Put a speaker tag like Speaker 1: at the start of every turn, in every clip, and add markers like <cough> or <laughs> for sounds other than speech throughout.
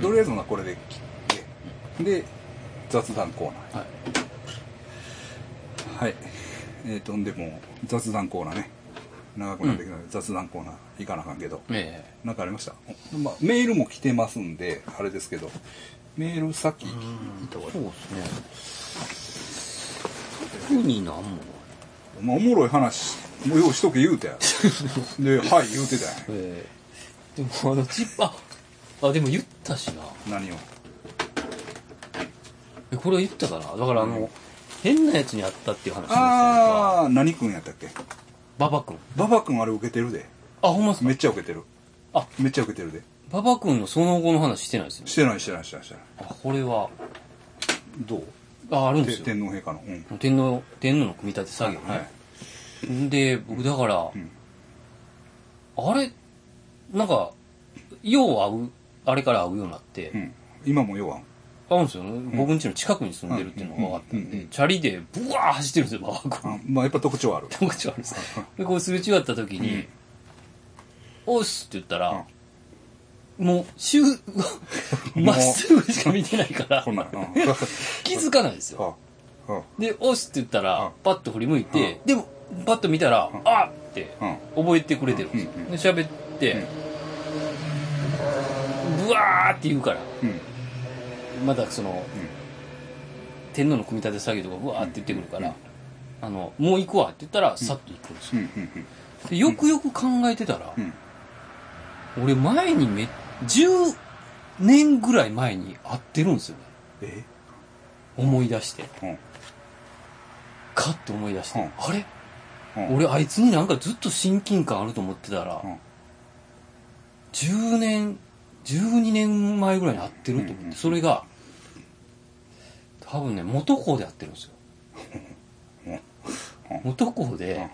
Speaker 1: とりあえずはこれで切ってで雑談コーナー
Speaker 2: はい
Speaker 1: はい。えー、とんでも雑談コーナーね。長くなってきたので、雑談コーナー行かなあかんけど。
Speaker 2: え
Speaker 1: なんかありました、おまあ、メールも来てますんで、あれですけど。メール先聞いた方がい
Speaker 2: えそ
Speaker 1: いう
Speaker 2: ですね特になんも
Speaker 1: お前おもろい話、もうようしとけ言うてや。で、はい言うてたやん。
Speaker 2: ええでもあのチップああでも言ったしな
Speaker 1: 何を。
Speaker 2: えこれは言ったかなだからあの、変なやつにあったっていう話です
Speaker 1: あー、何くんやったっけ
Speaker 2: ババ君
Speaker 1: ババくんあれ受けてるで。
Speaker 2: あほんまっすか
Speaker 1: めっちゃ受けてる。
Speaker 2: あ
Speaker 1: めっちゃ受けてるで。
Speaker 2: ババ君のその後の話してないですよね
Speaker 1: してないしてないしてないしてない。
Speaker 2: あこれは
Speaker 1: どう
Speaker 2: ああるんで
Speaker 1: て
Speaker 2: すよ
Speaker 1: 天皇陛下の。うん。
Speaker 2: 天皇天皇の組み立て作業ね、
Speaker 1: はい。
Speaker 2: んで僕だから、
Speaker 1: ん
Speaker 2: あれなんかよう会うあれから会うようになって、
Speaker 1: うん。今もよわん。
Speaker 2: 会うんですよね僕ん家の近くに住んでるっていうのが分かったんで、
Speaker 1: うんうん
Speaker 2: チャリでブワー走ってるんですよババ君
Speaker 1: あまあやっぱ特徴ある。
Speaker 2: 特徴あるんですでこうすれ違った時に「おっす」って言ったら、もう週 <laughs> まっすぐしか見てないから
Speaker 1: こんなん。うん
Speaker 2: 気づかないんですよ
Speaker 1: あ、あ、
Speaker 2: で「おっす」って言った
Speaker 1: うん
Speaker 2: らパッと振り向いてでもパッと見たら「あっ!」って
Speaker 1: うん。
Speaker 2: 覚えてくれてるんですよ
Speaker 1: うんうん
Speaker 2: で喋ってブワーって言うから
Speaker 1: うん。
Speaker 2: まだその天皇の組み立て作業とかブワーって言ってくるから「あのもう行くわ」って言ったらさっと行くんで
Speaker 1: う
Speaker 2: すよ
Speaker 1: ん。うん。
Speaker 2: でよくよく考えてたら
Speaker 1: うん。
Speaker 2: 俺前にめ10年ぐらい前に会ってるんですよね
Speaker 1: え
Speaker 2: 思い出して
Speaker 1: うん。
Speaker 2: カッと思い出して、
Speaker 1: うん
Speaker 2: あれ
Speaker 1: うん。
Speaker 2: 俺あいつになんかずっと親近感あると思ってたら、
Speaker 1: うん
Speaker 2: 10年12年前ぐらいに会ってると思って、
Speaker 1: うんうん
Speaker 2: それが多分ね元校で会ってるんですよ
Speaker 1: うん
Speaker 2: 元校で、
Speaker 1: うん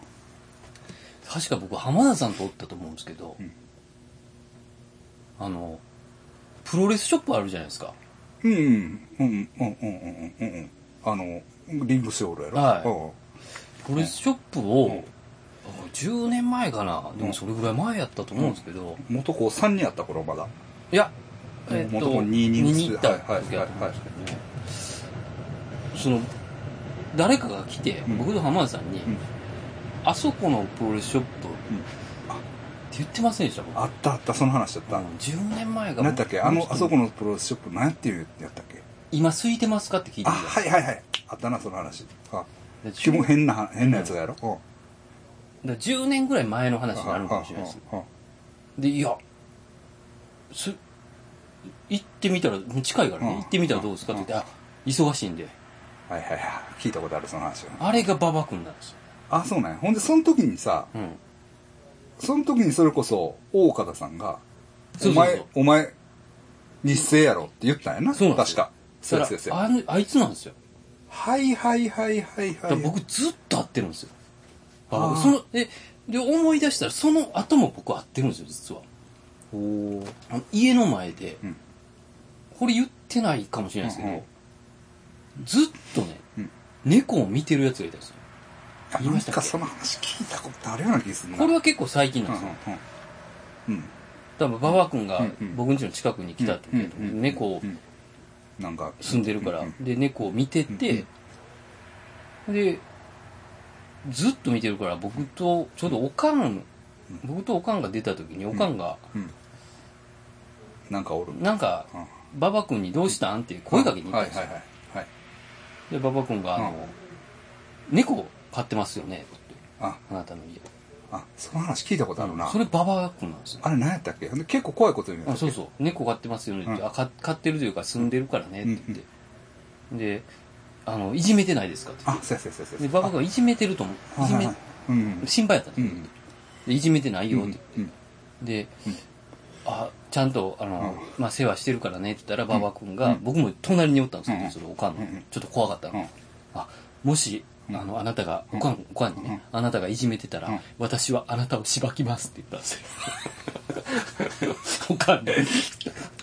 Speaker 2: 確か僕浜田さんとおったと思うんですけど、
Speaker 1: うん
Speaker 2: あのプロレスショップあるじゃないですか
Speaker 1: うん。うん。うん。うん。うん。うん。うん。あの、リングセオールやろ。
Speaker 2: プロレスショップを、
Speaker 1: うん
Speaker 2: あ10年前かなでもそれぐらい前やったと思うんですけど、
Speaker 1: い。元子3にあった頃まだ。
Speaker 2: いや、
Speaker 1: うん
Speaker 2: えっ
Speaker 1: 元
Speaker 2: と、
Speaker 1: 々二人
Speaker 2: 見
Speaker 1: です
Speaker 2: に行った時
Speaker 1: はいはい
Speaker 2: だったんですけどねその、誰かが来て、
Speaker 1: うん
Speaker 2: 僕と浜田さんに、
Speaker 1: ん
Speaker 2: あそこのプロレスショップ、って言ってませんでした、僕。
Speaker 1: あったあった、その話だっ
Speaker 2: う
Speaker 1: た。
Speaker 2: ん10年前が。
Speaker 1: なんだっけあの、あそこ
Speaker 2: の。
Speaker 1: のプロレスショップ、なんていうやったっけ
Speaker 2: 今空いてますかって聞いて
Speaker 1: あ、
Speaker 2: みた
Speaker 1: はいはいはい。あったな、その話。あ、
Speaker 2: で
Speaker 1: 基本
Speaker 2: 10
Speaker 1: 変な、変なやつやろ。うん。
Speaker 2: だから10年ぐらい前の話になるかもしれないです。で、いや、す、行ってみたら、近いからね、
Speaker 1: うん
Speaker 2: 行ってみたらどうですかって言って、あ、忙しいんで。
Speaker 1: はいはいはい。聞いたことある、その話。
Speaker 2: あれが馬場君なんですよ。
Speaker 1: あ、そうなんや。ほんで、その時にさ、
Speaker 2: うん。
Speaker 1: その時にそれこそ、大方さんが、
Speaker 2: そうそうそう
Speaker 1: お前、お前、日生やろって言ったんやな。
Speaker 2: そうなんです
Speaker 1: 確
Speaker 2: よ
Speaker 1: か。そうで
Speaker 2: だ
Speaker 1: すそう
Speaker 2: か
Speaker 1: です
Speaker 2: らあのあいつなんですよ。
Speaker 1: はいはいはいはい
Speaker 2: だ
Speaker 1: は
Speaker 2: か
Speaker 1: い。
Speaker 2: ら僕ずっと会ってるんですよ。
Speaker 1: あー
Speaker 2: そのでで、思い出したら、その後も僕会ってるんですよ、実は。
Speaker 1: おー
Speaker 2: あの家の前で、
Speaker 1: うん
Speaker 2: これ言ってないかもしれないですけど、
Speaker 1: うんうん
Speaker 2: ずっとね、
Speaker 1: うん
Speaker 2: 猫を見てるやつがいたんですよ。
Speaker 1: あ
Speaker 2: 言い
Speaker 1: な
Speaker 2: ま
Speaker 1: ん
Speaker 2: したっけ
Speaker 1: かその話聞いたことあるような気がするな。
Speaker 2: これは結構最近なんですよ。
Speaker 1: うんうんうん。うん
Speaker 2: 多分、馬場君が
Speaker 1: うんうん
Speaker 2: 僕ん家の近くに来たって
Speaker 1: うん
Speaker 2: 言って、
Speaker 1: うんうん
Speaker 2: 猫を
Speaker 1: うんなんか、
Speaker 2: 住んでるから、
Speaker 1: うう
Speaker 2: で猫を見てて、でずっと見てるから僕とちょうどおかん、僕とおかんが出た時におかんが、
Speaker 1: うんなんかおる。
Speaker 2: なんか
Speaker 1: うん
Speaker 2: 馬場君に「どうしたん?」って声かけに行ったんですよ、
Speaker 1: はいはいはい。はい。
Speaker 2: で馬場君が、あの猫を飼ってますよね」って
Speaker 1: あ、
Speaker 2: あなたの家
Speaker 1: あ、その話聞いたことあるな。
Speaker 2: それ馬場君なんですよ
Speaker 1: あれ何やったっけほんで結構怖いこと言うんや
Speaker 2: あ
Speaker 1: った
Speaker 2: そ
Speaker 1: っ
Speaker 2: う
Speaker 1: け
Speaker 2: そう猫飼ってますよねって、
Speaker 1: うん
Speaker 2: あか飼ってるというか住んでるからねって言って、であの「いじめてないですか?」って
Speaker 1: あ、そうやそうやそうやそう
Speaker 2: で
Speaker 1: や。
Speaker 2: 馬場君がいじめてると思
Speaker 1: あ
Speaker 2: ういじ
Speaker 1: はい
Speaker 2: め
Speaker 1: はいうん。
Speaker 2: 心配やったんですよ、
Speaker 1: うん
Speaker 2: でいじめてないよって、
Speaker 1: うん
Speaker 2: で、
Speaker 1: うん
Speaker 2: あちゃんとあの、まあ、世話してるからねって言ったら馬場君が、
Speaker 1: うん
Speaker 2: 僕も隣におったんですけど、
Speaker 1: うん
Speaker 2: それおかんの、
Speaker 1: うん
Speaker 2: ちょっと怖かったの、
Speaker 1: うん
Speaker 2: あもしあ
Speaker 1: ん
Speaker 2: のあなたがおかん、おかんにね、あなたがいじめてたら、
Speaker 1: うん
Speaker 2: 私はあなたをしばきますって言ったんですよ <laughs> おかんに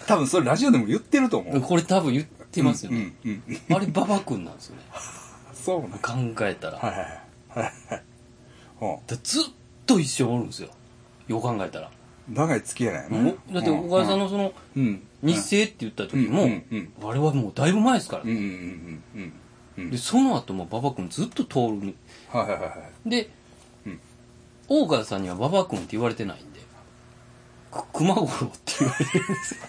Speaker 1: 多分それラジオでも言ってると思う。
Speaker 2: これ多分言ってますよね、
Speaker 1: うんうんうん。
Speaker 2: あれ馬場君なんですよね
Speaker 1: そうなん
Speaker 2: 考えたら、
Speaker 1: はいはいはいはいはい。
Speaker 2: だずっと一緒におるんですよよう考えたら
Speaker 1: う長い付き合いだよね
Speaker 2: だって小川さんのその、
Speaker 1: うん
Speaker 2: 日清って言った時も、
Speaker 1: うんうん
Speaker 2: あれはもうだいぶ前ですから、
Speaker 1: うんうんうんうんうんうん
Speaker 2: でその後も馬場君ずっと通る
Speaker 1: はいはいはいはい
Speaker 2: で、
Speaker 1: うん
Speaker 2: 大川さんには馬場君って言われてないんでく熊五郎って言われてるんですよ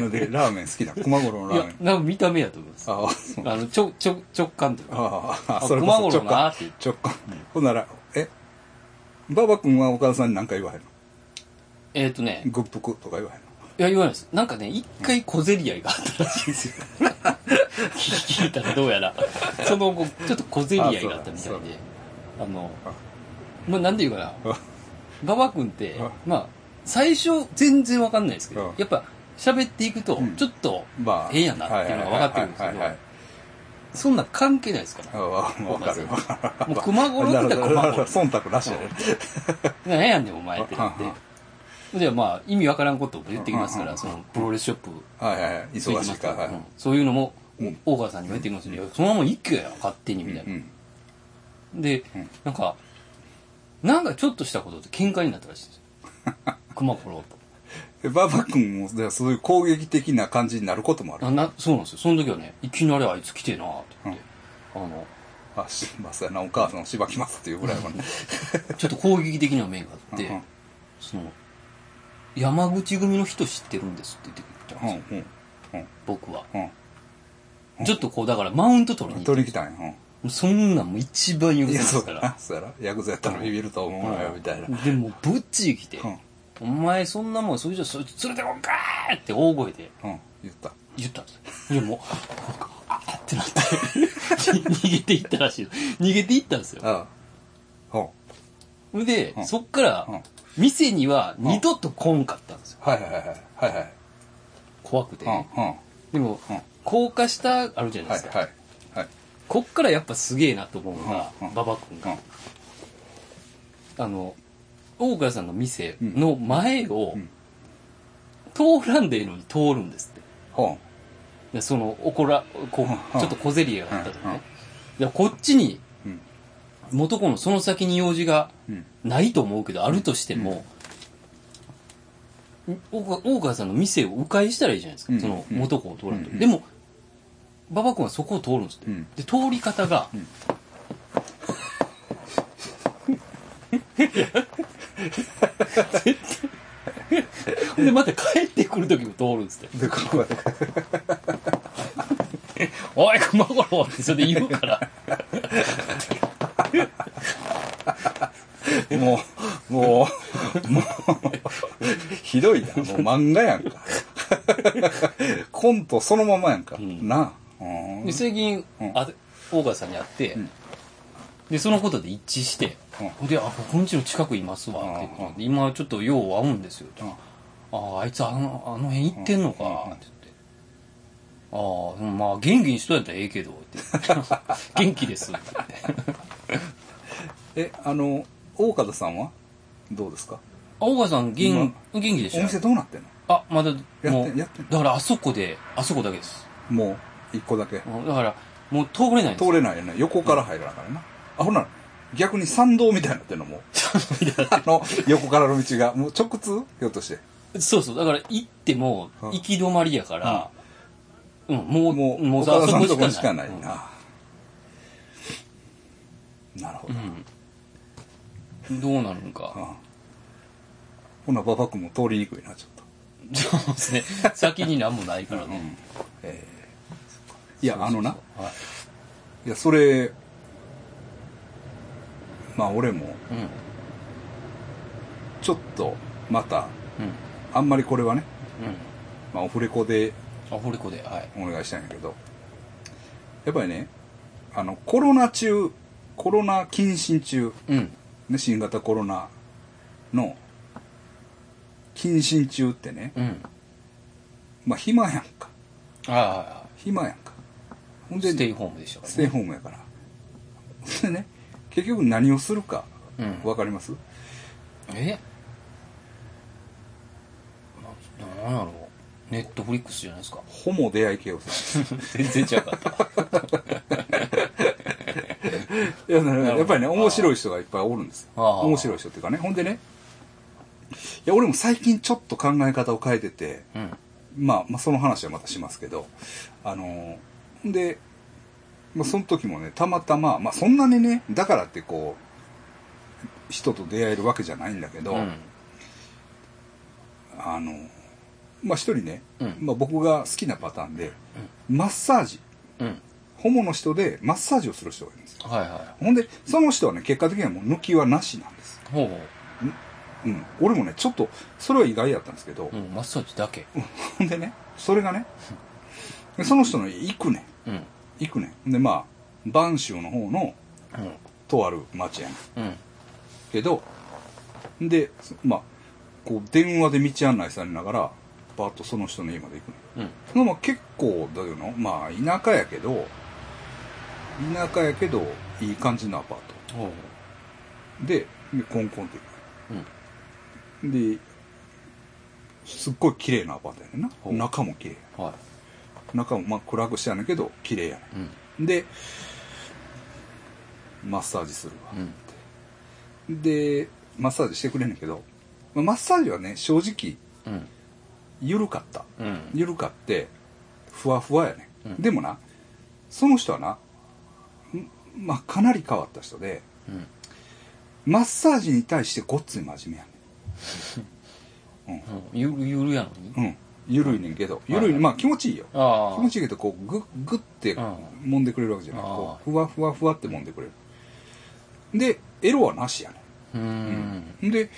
Speaker 1: のでラーメン好きだ熊五郎の
Speaker 2: い
Speaker 1: ラーメ
Speaker 2: や
Speaker 1: ン
Speaker 2: なんか見た目やと思います
Speaker 1: ああそう
Speaker 2: あのちょちょ直感というか
Speaker 1: ああ
Speaker 2: あ
Speaker 1: それこそ
Speaker 2: 熊五郎なーって言っ
Speaker 1: 直感直感ほんならえ馬場君は岡田さんに何か言わへんの
Speaker 2: えっ、とね
Speaker 1: グップクとか言わへんの
Speaker 2: いや言わないですなんかね一回小競り合いがあったらしいんですよ聞いたらどうやら <laughs> その後ちょっと小競り合いがあったみたい
Speaker 1: あそうだ
Speaker 2: であの
Speaker 1: あ
Speaker 2: まあなんていうかな
Speaker 1: あ
Speaker 2: 馬場君って
Speaker 1: あ
Speaker 2: まあ最初全然わかんないですけ
Speaker 1: あ
Speaker 2: どやっぱ喋っていくと
Speaker 1: ん
Speaker 2: ちょっと
Speaker 1: <laughs> まあ
Speaker 2: ええやなっていうのが分かってくるんですけ
Speaker 1: はいはいはいはいはい
Speaker 2: どそんなん関係ないですから
Speaker 1: ああわかるわかる
Speaker 2: もう熊五郎って言ったら
Speaker 1: な
Speaker 2: 熊
Speaker 1: るほ
Speaker 2: 五
Speaker 1: ど
Speaker 2: 郎
Speaker 1: <laughs> 忖度なしやね
Speaker 2: 何やねんお前ってなっ
Speaker 1: ああ
Speaker 2: てでまあ意味わからんことを言ってきますか
Speaker 1: ああ
Speaker 2: らそのプロレスショップ
Speaker 1: はいはいはい
Speaker 2: ついて
Speaker 1: 忙
Speaker 2: ま
Speaker 1: し
Speaker 2: す
Speaker 1: いからはい
Speaker 2: うんそういうのも
Speaker 1: うん
Speaker 2: 大川さんにも言ってきますよいやそのまま一挙や勝手にみたいうなんで
Speaker 1: ん
Speaker 2: なんかなんかちょっとしたことで喧嘩になったらしいんですよ
Speaker 1: <laughs>
Speaker 2: 熊五郎と
Speaker 1: で馬場君もだからそういう攻撃的な感じになることもある
Speaker 2: あなそうなんですよその時はねいきなりあいつ来てなと思って、あの
Speaker 1: あしますやなお母さんをしばきますっていうぐらいまで
Speaker 2: ちょっと攻撃的な面があって、
Speaker 1: うんうん
Speaker 2: その山口組の人知ってるんですって言ってきたん
Speaker 1: う
Speaker 2: ですよ、
Speaker 1: んうん
Speaker 2: 僕は、
Speaker 1: うん
Speaker 2: ちょっとこうだからマウント取り
Speaker 1: うん
Speaker 2: に行っ
Speaker 1: 取りに来たんやうん
Speaker 2: てそんなんもう一番許せないいで
Speaker 1: やそ
Speaker 2: す
Speaker 1: う
Speaker 2: か
Speaker 1: や
Speaker 2: ら
Speaker 1: なそうやなヤクザやったらビビると思うのよみたいな
Speaker 2: でもぶっちぎって、
Speaker 1: うん
Speaker 2: お前そんなもんそれじゃそいつ連れてこんかーって大声で
Speaker 1: うん言った
Speaker 2: 言ったんですよでもうあーってなって <laughs> 逃げていったらしい逃げていったんですよ
Speaker 1: ああうん
Speaker 2: ほんで、
Speaker 1: うん
Speaker 2: そっから
Speaker 1: うん、
Speaker 2: 店には二度と来んかったんですよ。
Speaker 1: はいはいはいはいはいはい
Speaker 2: 怖くて
Speaker 1: うんうん
Speaker 2: ね。でも
Speaker 1: うん、
Speaker 2: 高架下あるじゃない
Speaker 1: は
Speaker 2: で
Speaker 1: い
Speaker 2: すか。
Speaker 1: はいはい
Speaker 2: こっからやっぱすげえなと思うのが
Speaker 1: うんうん、
Speaker 2: 馬場君
Speaker 1: うん
Speaker 2: が。あの、大川さんの店の前を
Speaker 1: うん、
Speaker 2: 通らんでいいのに通るんですって。
Speaker 1: ほ
Speaker 2: でその、怒ら、こ
Speaker 1: う
Speaker 2: う、
Speaker 1: ん
Speaker 2: ちょっと小競り合いがあったと
Speaker 1: うんうん
Speaker 2: ね。でこっちに、
Speaker 1: ううん
Speaker 2: 元子のその先に用事が
Speaker 1: うん
Speaker 2: ないと思うけど、あるとしても、大川大川さんの店を迂回したらいいじゃないですか。
Speaker 1: うん
Speaker 2: その
Speaker 1: うん
Speaker 2: 元子を通らんと。
Speaker 1: うん
Speaker 2: でも、馬場君はそこを通るんですって。
Speaker 1: うん
Speaker 2: で、通り方が、絶 <laughs> 対で、また帰ってくる時も通るんですって。
Speaker 1: でここまで
Speaker 2: おい、熊五郎ってそれで言うから。
Speaker 1: もう、もう、もう、ひどいな。もう漫画やんか。コントそのままやんか。
Speaker 2: ん
Speaker 1: なあ。うん
Speaker 2: で、最近、
Speaker 1: うん
Speaker 2: あ大川さんに会って、
Speaker 1: ん
Speaker 2: で、そのことで一致して、で、あ、僕んちの近くいますわ、っていうことで、今ちょっとよう会うんですよ、と。ああ、あいつあのあの辺行ってんのか、
Speaker 1: うん
Speaker 2: って言って。ああ、まあ、元気にしとやったらええけど、って <laughs> 言って。元気です、って言って。
Speaker 1: え、あの、大方さんはどうですか
Speaker 2: あ大川さん、元元気でし
Speaker 1: お
Speaker 2: た
Speaker 1: 店
Speaker 2: よ
Speaker 1: どうなってんの
Speaker 2: あ、まだ、もう、
Speaker 1: やってん
Speaker 2: だからあそこで、あそこだけです。
Speaker 1: もう、一個だけ。
Speaker 2: うんだから、もう通れないんです
Speaker 1: 通
Speaker 2: よ。
Speaker 1: れないよね。横から入らなあからな。あ、ほんなら、逆に参道みたいになってんのもう。あの、横からの道が。もう直通ひょっとして。
Speaker 2: そうそう、だから行っても、
Speaker 1: うん
Speaker 2: 行き止まりやから、うん、もう、
Speaker 1: もう、
Speaker 2: もう
Speaker 1: 岡
Speaker 2: あ
Speaker 1: 田
Speaker 2: そ
Speaker 1: さん
Speaker 2: こ
Speaker 1: のと
Speaker 2: し
Speaker 1: こ
Speaker 2: か
Speaker 1: にしかな
Speaker 2: ないい。
Speaker 1: な。なるほど。
Speaker 2: うんどうなるんか。
Speaker 1: ああほな、馬場君も通りにくいな、ちょっと。
Speaker 2: <laughs> そうですね。先に何もないからね。
Speaker 1: ええいや、あのな、
Speaker 2: はい
Speaker 1: や、それ、まあ、俺も、
Speaker 2: い。うん。
Speaker 1: ちょっと、また、
Speaker 2: うん。
Speaker 1: あんまりこれはね、
Speaker 2: うん。
Speaker 1: まあ、オフレコで
Speaker 2: アホレコで、はい。
Speaker 1: お願いしたいんやけど、やっぱりね、あの、コロナ中、コロナ謹慎中、
Speaker 2: うん。
Speaker 1: ね、新型コロナの、謹慎中ってね、
Speaker 2: うん。
Speaker 1: まあ、暇やんか。
Speaker 2: ああはいは
Speaker 1: 暇やんか。ほん
Speaker 2: い。
Speaker 1: で
Speaker 2: ステイホームでしたから
Speaker 1: ステイホームやから。それでね、結局何をするか、
Speaker 2: うん
Speaker 1: わかります、
Speaker 2: えななんやろうネットフリックスじゃないです
Speaker 1: <laughs>
Speaker 2: か <laughs>
Speaker 1: ホモ出会い系をする。
Speaker 2: 全然違かった
Speaker 1: えいやなるほど
Speaker 2: なるほど
Speaker 1: やっぱりね、面白い人がいっぱいおるんですよ。
Speaker 2: ああ
Speaker 1: 面白い人っていうかね。ほんでね、いや、俺も最近ちょっと考え方を変えてて、
Speaker 2: うん。
Speaker 1: まあ、まあ、その話はまたしますけど、あのーで、まあ、その時もね、たまたま、まあ、そんなにね、だからってこう、人と出会えるわけじゃないんだけど、
Speaker 2: うん。
Speaker 1: あのーまあ、一人ね、
Speaker 2: うん
Speaker 1: まあ、僕が好きなパターンで、マッサージ、
Speaker 2: うん。
Speaker 1: ホモの人でマッサージをする人がいるんですよ。
Speaker 2: はいは
Speaker 1: ほんで、その人はね、結果的にはもう抜きはなしなんです。
Speaker 2: い。ほうほ
Speaker 1: うん。俺もね、ちょっと、それは意外やったんですけど
Speaker 2: う。う、ん。マッサージだけ。
Speaker 1: ほんでね、それがね、でその人の家行くねん。
Speaker 2: うん。
Speaker 1: 行くねん。で、まあ、播州の方の、
Speaker 2: うん。
Speaker 1: とある町やねん。
Speaker 2: うん。
Speaker 1: けど、で、そまあ、こう、電話で道案内されながら、バーッとその人の家まで行くね
Speaker 2: うん。
Speaker 1: ん。でまあ、結構、だよな、まあ、田舎やけど、田舎やけど、いい感じのアパート。
Speaker 2: ほうほ
Speaker 1: で、でコンコンって行く。
Speaker 2: う。うん。
Speaker 1: で、すっごい綺麗なアパートやねんな
Speaker 2: ほ。う
Speaker 1: 中も綺麗。
Speaker 2: は
Speaker 1: 中もまあ暗くしてやねんけど、綺麗やね
Speaker 2: い。うん。
Speaker 1: ん。で、マッサージするわ。
Speaker 2: うん。
Speaker 1: で、マッサージしてくれんねんけど、まあマッサージはね、正直、
Speaker 2: うん。
Speaker 1: 緩かった。
Speaker 2: うん。
Speaker 1: 緩かって、ふわふわやねん。
Speaker 2: うん
Speaker 1: でもな、その人はな、んまあかなり変わった人で、
Speaker 2: うん。
Speaker 1: マッサージに対してごっつい真面目やねん。
Speaker 2: うんゆるゆるやのに。
Speaker 1: うん。緩いねんけど、緩い、
Speaker 2: はい
Speaker 1: まあ気持ちいいよ。
Speaker 2: ああ。
Speaker 1: 気持ちいいけどこうグッグッて
Speaker 2: うん
Speaker 1: 揉んでくれるわけじゃない、
Speaker 2: あー
Speaker 1: こうふわふわふわって揉んでくれるでエロはなしやね
Speaker 2: うーん。
Speaker 1: んで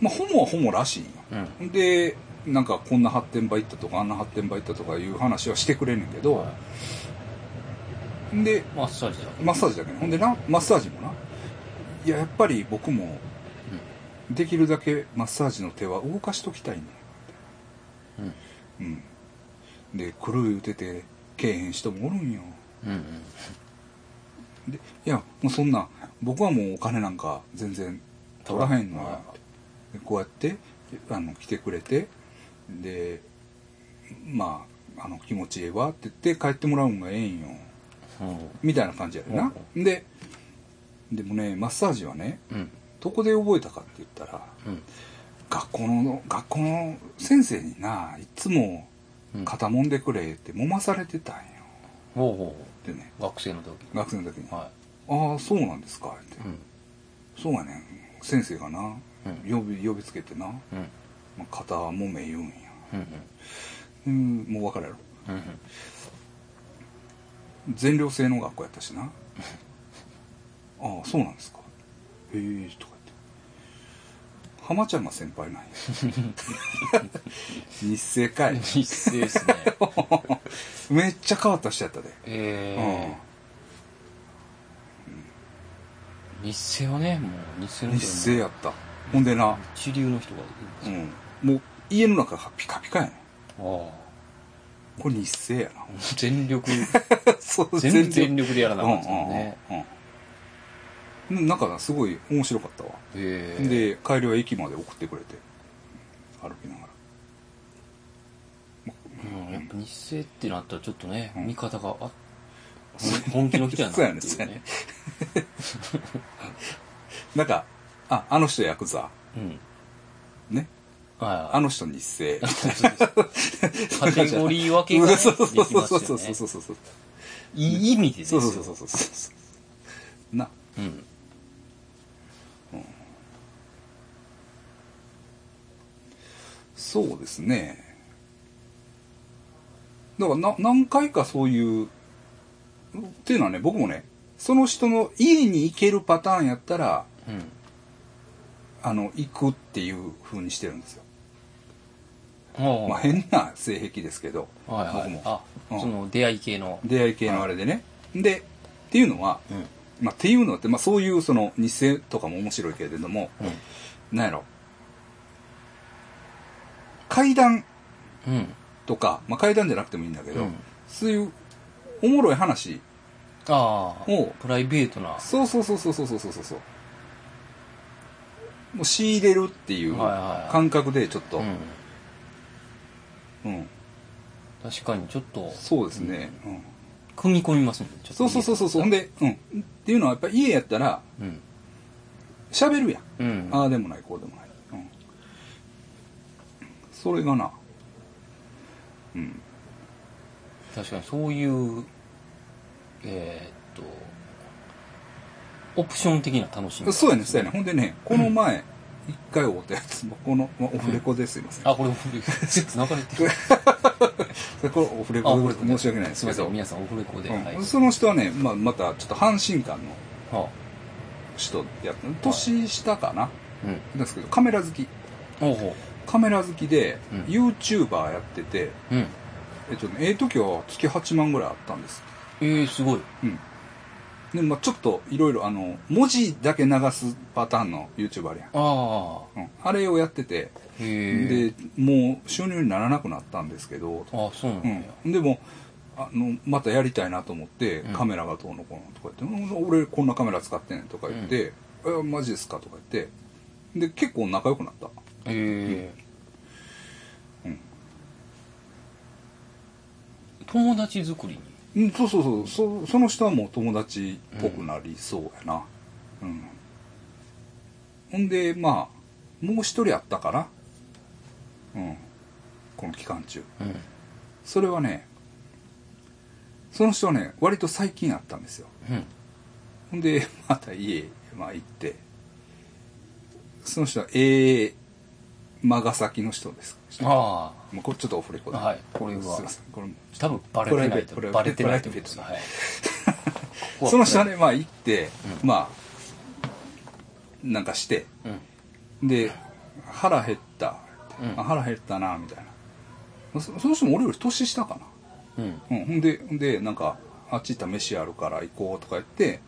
Speaker 1: まあホモはホモらしいんよ
Speaker 2: うん。
Speaker 1: でなんかこんな発展場行ったとかあんな発展場行ったとかいう話はしてくれんねんけど
Speaker 2: は
Speaker 1: で
Speaker 2: いマッサージだけ。
Speaker 1: マッサージだけねほんでなマッサージもないややっぱり僕もできるだけマッサージの手は動かしときたいねん
Speaker 2: うん。
Speaker 1: うんで狂い言うててけえへん人もおるんよ
Speaker 2: うん。
Speaker 1: でいやもうそんな僕はもうお金なんか全然取らへんのよ
Speaker 2: は
Speaker 1: でこうやってあの来てくれてでまああの気持ちええわって言って帰ってもらうんがええんよ
Speaker 2: うん。
Speaker 1: みたいな感じやでな、ででもねマッサージはね
Speaker 2: うん。
Speaker 1: どこで覚えたかって言ったら
Speaker 2: うん。
Speaker 1: 学校の学校の先生にないつも
Speaker 2: うん。
Speaker 1: 肩揉んでくれって揉まされてたんよ
Speaker 2: ほうほ
Speaker 1: でね
Speaker 2: う。学生の時。
Speaker 1: 学生の時に「あ
Speaker 2: は
Speaker 1: あそうなんですか」って
Speaker 2: い。うん。
Speaker 1: そうやねん先生がな、
Speaker 2: うん
Speaker 1: 呼び呼びつけてな、
Speaker 2: うん。
Speaker 1: まあ、肩もめ言うんや
Speaker 2: うん。
Speaker 1: うんもう分かるやろ
Speaker 2: うん。
Speaker 1: 全寮制の学校やったし
Speaker 2: <laughs>
Speaker 1: なああそうなんですかへえとか言って浜ちゃんが先
Speaker 2: <laughs>
Speaker 1: 輩なんや日生か
Speaker 2: うん。
Speaker 1: い
Speaker 2: 一斉ですね。
Speaker 1: めっちゃ変わった人やったで、
Speaker 2: え
Speaker 1: うん
Speaker 2: え。日生はね、もう日生の
Speaker 1: 日生
Speaker 2: は
Speaker 1: やったほんでな、
Speaker 2: 一流の人がい
Speaker 1: うん
Speaker 2: るんで、
Speaker 1: もう家の中がピカピカやね
Speaker 2: すよ。ああ。
Speaker 1: んこれ日生やな
Speaker 2: <laughs> 全力、
Speaker 1: そう
Speaker 2: 全全力でやらな
Speaker 1: う
Speaker 2: か
Speaker 1: ん
Speaker 2: ったですもんね。
Speaker 1: うんうんうんなんかすごい面白かったわ、
Speaker 2: ええ。
Speaker 1: で帰りは駅まで送ってくれて歩きながら
Speaker 2: うん、やっぱ日生ってなったらちょっとね、
Speaker 1: うん
Speaker 2: 見方があ本気の人やなっていうね。
Speaker 1: そうやねなんかああの人ヤクザ
Speaker 2: うん。
Speaker 1: ね
Speaker 2: あ
Speaker 1: あの人日生
Speaker 2: カテゴリー分けが
Speaker 1: <laughs>
Speaker 2: ね
Speaker 1: そうそうそう
Speaker 2: できます
Speaker 1: そ
Speaker 2: よ
Speaker 1: うそうそう
Speaker 2: ね
Speaker 1: そう。そうそう
Speaker 2: いい意味でです
Speaker 1: そ
Speaker 2: よ
Speaker 1: うそうそうそうそうな
Speaker 2: うん。
Speaker 1: そうですねだからな何回かそういうっていうのはね僕もねその人の家に行けるパターンやったら
Speaker 2: うん。
Speaker 1: あの行くっていう風にしてるんですよ
Speaker 2: ほう
Speaker 1: まあ、変な性癖ですけど、
Speaker 2: はいは
Speaker 1: 僕
Speaker 2: い
Speaker 1: も。
Speaker 2: あ、
Speaker 1: うん
Speaker 2: その出会い系の。
Speaker 1: 出会い系のあれでね。で、っていうのは、
Speaker 2: うん。
Speaker 1: まあ、っていうのって、まあ、そういうその、偽とかも面白いけれども、なんやろ、階段
Speaker 2: うん。うん。
Speaker 1: とか、まあ、階段じゃなくてもいいんだけど、
Speaker 2: うん
Speaker 1: そういう、おもろい話
Speaker 2: あ
Speaker 1: を
Speaker 2: あ、、プライベートな。は
Speaker 1: そうそうそうそうそうそうそうそう。もう仕入れるってい
Speaker 2: いうはい。
Speaker 1: 感覚でちょっと、
Speaker 2: うん。
Speaker 1: うん、
Speaker 2: 確かにちょっと
Speaker 1: そうですね、うん
Speaker 2: 踏み込みますもんね。ちょっと
Speaker 1: そうそうそうそうそうほん。でうんっていうのはやっぱ家やったら
Speaker 2: うん。
Speaker 1: 喋るやん
Speaker 2: うん。
Speaker 1: ああでもないこうでもない、うん、それがなうん
Speaker 2: 確かにそういう、えーっと、オプション的な楽しみ。
Speaker 1: そうやねそうやねほんでねこの前一、回会うたやつ <laughs> もこの、まあ、オフレコですいません、
Speaker 2: あ、これ、繋がれてる。
Speaker 1: それこれオフレ
Speaker 2: あ、オ
Speaker 1: コで
Speaker 2: フレコ
Speaker 1: 申
Speaker 2: で
Speaker 1: し訳ないですけ
Speaker 2: すみませ
Speaker 1: ど
Speaker 2: ん、皆さんオフレコで。
Speaker 1: うん
Speaker 2: はい。
Speaker 1: その人はね、まあ、またちょっと阪神館の
Speaker 2: は
Speaker 1: 人やった年下かな、
Speaker 2: あうん。
Speaker 1: なんですけどカメラ好き
Speaker 2: おうほ
Speaker 1: カメラ好きで、
Speaker 2: うん
Speaker 1: YouTuber やってて
Speaker 2: う。うん。
Speaker 1: えっとねええ時は月8万ぐらいあったんです
Speaker 2: えー、すごい。
Speaker 1: うんでまあ、ちょっといろいろあの文字だけ流すパターンの YouTuber あるやん、
Speaker 2: ああ。
Speaker 1: うん、あれをやってて、
Speaker 2: へえ。
Speaker 1: でもう収入にならなくなったんですけど、
Speaker 2: ああ、そうなん
Speaker 1: う
Speaker 2: だ
Speaker 1: ん。でもあのまたやりたいなと思って、
Speaker 2: うん
Speaker 1: カメラがどうのこうのとか言ってうん「俺こんなカメラ使ってんねん」とか言って「えマジですか?」とか言ってで結構仲良くなった
Speaker 2: え
Speaker 1: う
Speaker 2: え
Speaker 1: ん
Speaker 2: 友達作りに
Speaker 1: うんそうそうそうそその人はもう友達っぽくなりそうやなうん、ほんでまあもう一人あったかなうんこの期間中
Speaker 2: うん
Speaker 1: それはねその人はね割と最近あったんですよ
Speaker 2: うん
Speaker 1: ほんでまた家、まあ、行ってその人はええ尼崎の人です
Speaker 2: ああ
Speaker 1: もうこれちょっとオフレコで、
Speaker 2: はいこれは
Speaker 1: すいませんこれも
Speaker 2: 多分バレてないと
Speaker 1: これは
Speaker 2: バレてないと思う
Speaker 1: これは
Speaker 2: はいここは
Speaker 1: その人はねまあ行って、
Speaker 2: うん
Speaker 1: まあなんかして
Speaker 2: うん
Speaker 1: で腹減った、
Speaker 2: うん
Speaker 1: あ腹減ったなみたいなそその人も俺より年下か
Speaker 2: うん
Speaker 1: な、うん、ほんでほんでなんかあっち行ったら飯あるから行こうとか言って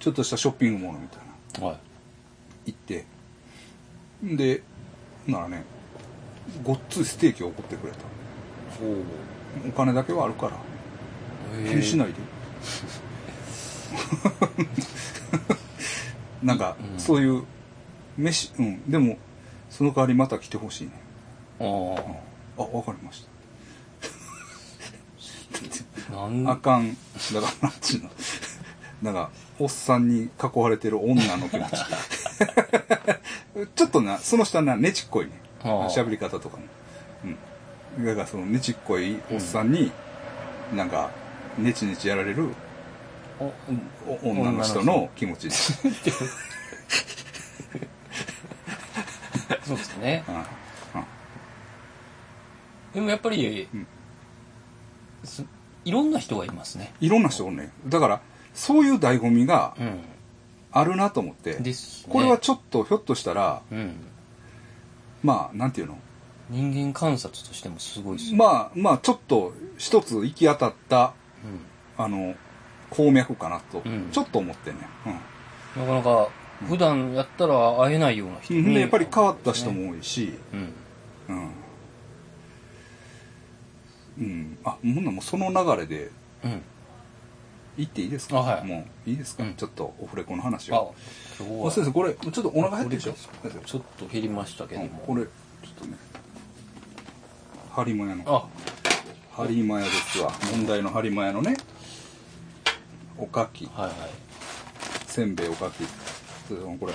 Speaker 1: ちょっとしたショッピングモールみたいな
Speaker 2: はい
Speaker 1: 行ってでほんならねごっついステーキを送ってくれた
Speaker 2: お
Speaker 1: お金だけはあるから気にし
Speaker 2: <laughs>
Speaker 1: ないでなんか、
Speaker 2: うん
Speaker 1: そういう飯うんでもその代わりまた来てほしいね
Speaker 2: あ
Speaker 1: あ
Speaker 2: あ
Speaker 1: あわかりまし
Speaker 2: なん
Speaker 1: たあかんだからなんちゅうの <laughs> なんかおっさんに囲われてる女の気持ち <laughs> ちょっとなその下なねちっこいね
Speaker 2: あー
Speaker 1: 喋り方とかもうんだからそのねちっこいおっさんに、なんかねちねちやられる
Speaker 2: おうん
Speaker 1: お女の人の気持ち <laughs> です。
Speaker 2: そうですね
Speaker 1: うんうん
Speaker 2: でもやっぱり
Speaker 1: うん
Speaker 2: すいろんな人がいますね
Speaker 1: いろんな人おるね。だから、そういう醍醐味が
Speaker 2: うん
Speaker 1: あるなと思って、
Speaker 2: ですね
Speaker 1: これはちょっとひょっとしたら、
Speaker 2: うん
Speaker 1: まあ、なんていうの
Speaker 2: 人間観察としてもすごいですね
Speaker 1: まあ、まあ、ちょっと一つ行き当たった、
Speaker 2: うん
Speaker 1: あの、鉱脈かなと
Speaker 2: うん、
Speaker 1: ちょっと思ってね。
Speaker 2: なかなか普段やったら会えないような人
Speaker 1: うん。で、やっぱり変わった人も多いし、
Speaker 2: うん
Speaker 1: うん。うん。あ、ほんならもうその流れで、
Speaker 2: うん
Speaker 1: 行っていいですか
Speaker 2: あはい
Speaker 1: もう、いいですか、
Speaker 2: うん
Speaker 1: ちょっとオフレコの話
Speaker 2: あ
Speaker 1: を。
Speaker 2: 今日
Speaker 1: あ
Speaker 2: は
Speaker 1: 先生これちょっとお腹減ってるでしょ
Speaker 2: ちょっと減りましたけど
Speaker 1: うん
Speaker 2: も
Speaker 1: これちょっとねハリマヤの
Speaker 2: あ
Speaker 1: ハリマヤですわ問題のハリマヤのねおかき
Speaker 2: はいはい
Speaker 1: せんべいおかきそれともこれ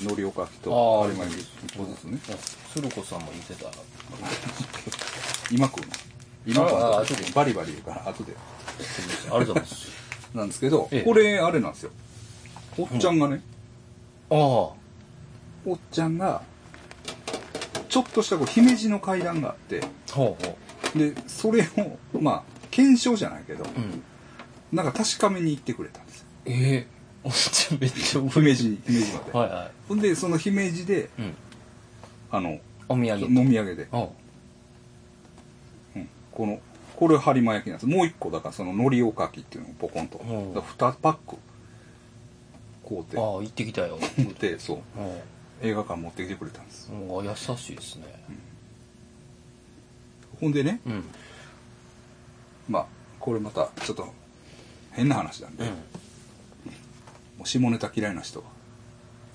Speaker 1: 海苔おかきと
Speaker 2: あ
Speaker 1: ハ
Speaker 2: あ
Speaker 1: リマヤです一個ずつね
Speaker 2: 鶴子さんも言ってた
Speaker 1: 今食うの今
Speaker 2: あ
Speaker 1: は
Speaker 2: あ
Speaker 1: 後でバリバリ言うから後で
Speaker 2: ありがとうござ
Speaker 1: <laughs>
Speaker 2: います
Speaker 1: なんですけど
Speaker 2: ええ
Speaker 1: これあれなんですよおっちゃんがね
Speaker 2: ああ
Speaker 1: おっちゃんがちょっとしたこう姫路の階段があって
Speaker 2: ほうほ
Speaker 1: でそれをまあ検証じゃないけど
Speaker 2: ううん
Speaker 1: なんか確かめに行ってくれたんですよ
Speaker 2: ええおっちゃんめっちゃ覚え
Speaker 1: 姫路に姫路まで、
Speaker 2: はいは
Speaker 1: ほんでその姫路で
Speaker 2: いうん
Speaker 1: あの
Speaker 2: お土産
Speaker 1: 飲み上げで、
Speaker 2: ああ
Speaker 1: うん、このこれ播磨焼きなんですもう一個だからその海苔おかきっていうのをポコンと、だ
Speaker 2: ん
Speaker 1: から2パック買うて
Speaker 2: ああ行ってきた <laughs> よ
Speaker 1: 持ってそう
Speaker 2: うん
Speaker 1: 映画館持ってきてくれたんです
Speaker 2: もう優しいですね
Speaker 1: ほんでね
Speaker 2: うん
Speaker 1: まあこれまたちょっと変な話なんで、
Speaker 2: うん
Speaker 1: もう下ネタ嫌いな人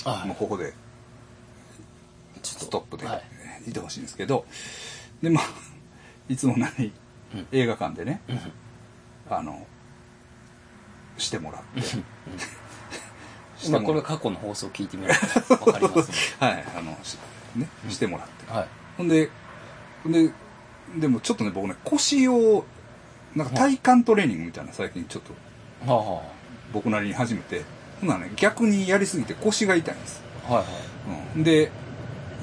Speaker 1: は、
Speaker 2: あ
Speaker 1: もうここで
Speaker 2: ちょっと
Speaker 1: ストップで、
Speaker 2: はい
Speaker 1: いてほしいんですけどでまあ <laughs> いつも何、
Speaker 2: うん
Speaker 1: 映画館でね、あのしてもらって
Speaker 2: <laughs>
Speaker 1: して
Speaker 2: まあ
Speaker 1: も
Speaker 2: これ
Speaker 1: ら
Speaker 2: は過去の放送を聞いてみる <laughs> とわかりますね。
Speaker 1: <laughs> はいあのしねしてもらって、
Speaker 2: はい。
Speaker 1: ほんでほんででもちょっとね僕ね腰をなんか体幹トレーニングみたいな最近ちょっと
Speaker 2: はあ、は
Speaker 1: 僕なりに始めてほんならね逆にやりすぎて腰が痛いんです、
Speaker 2: あ、はいは
Speaker 1: うん、で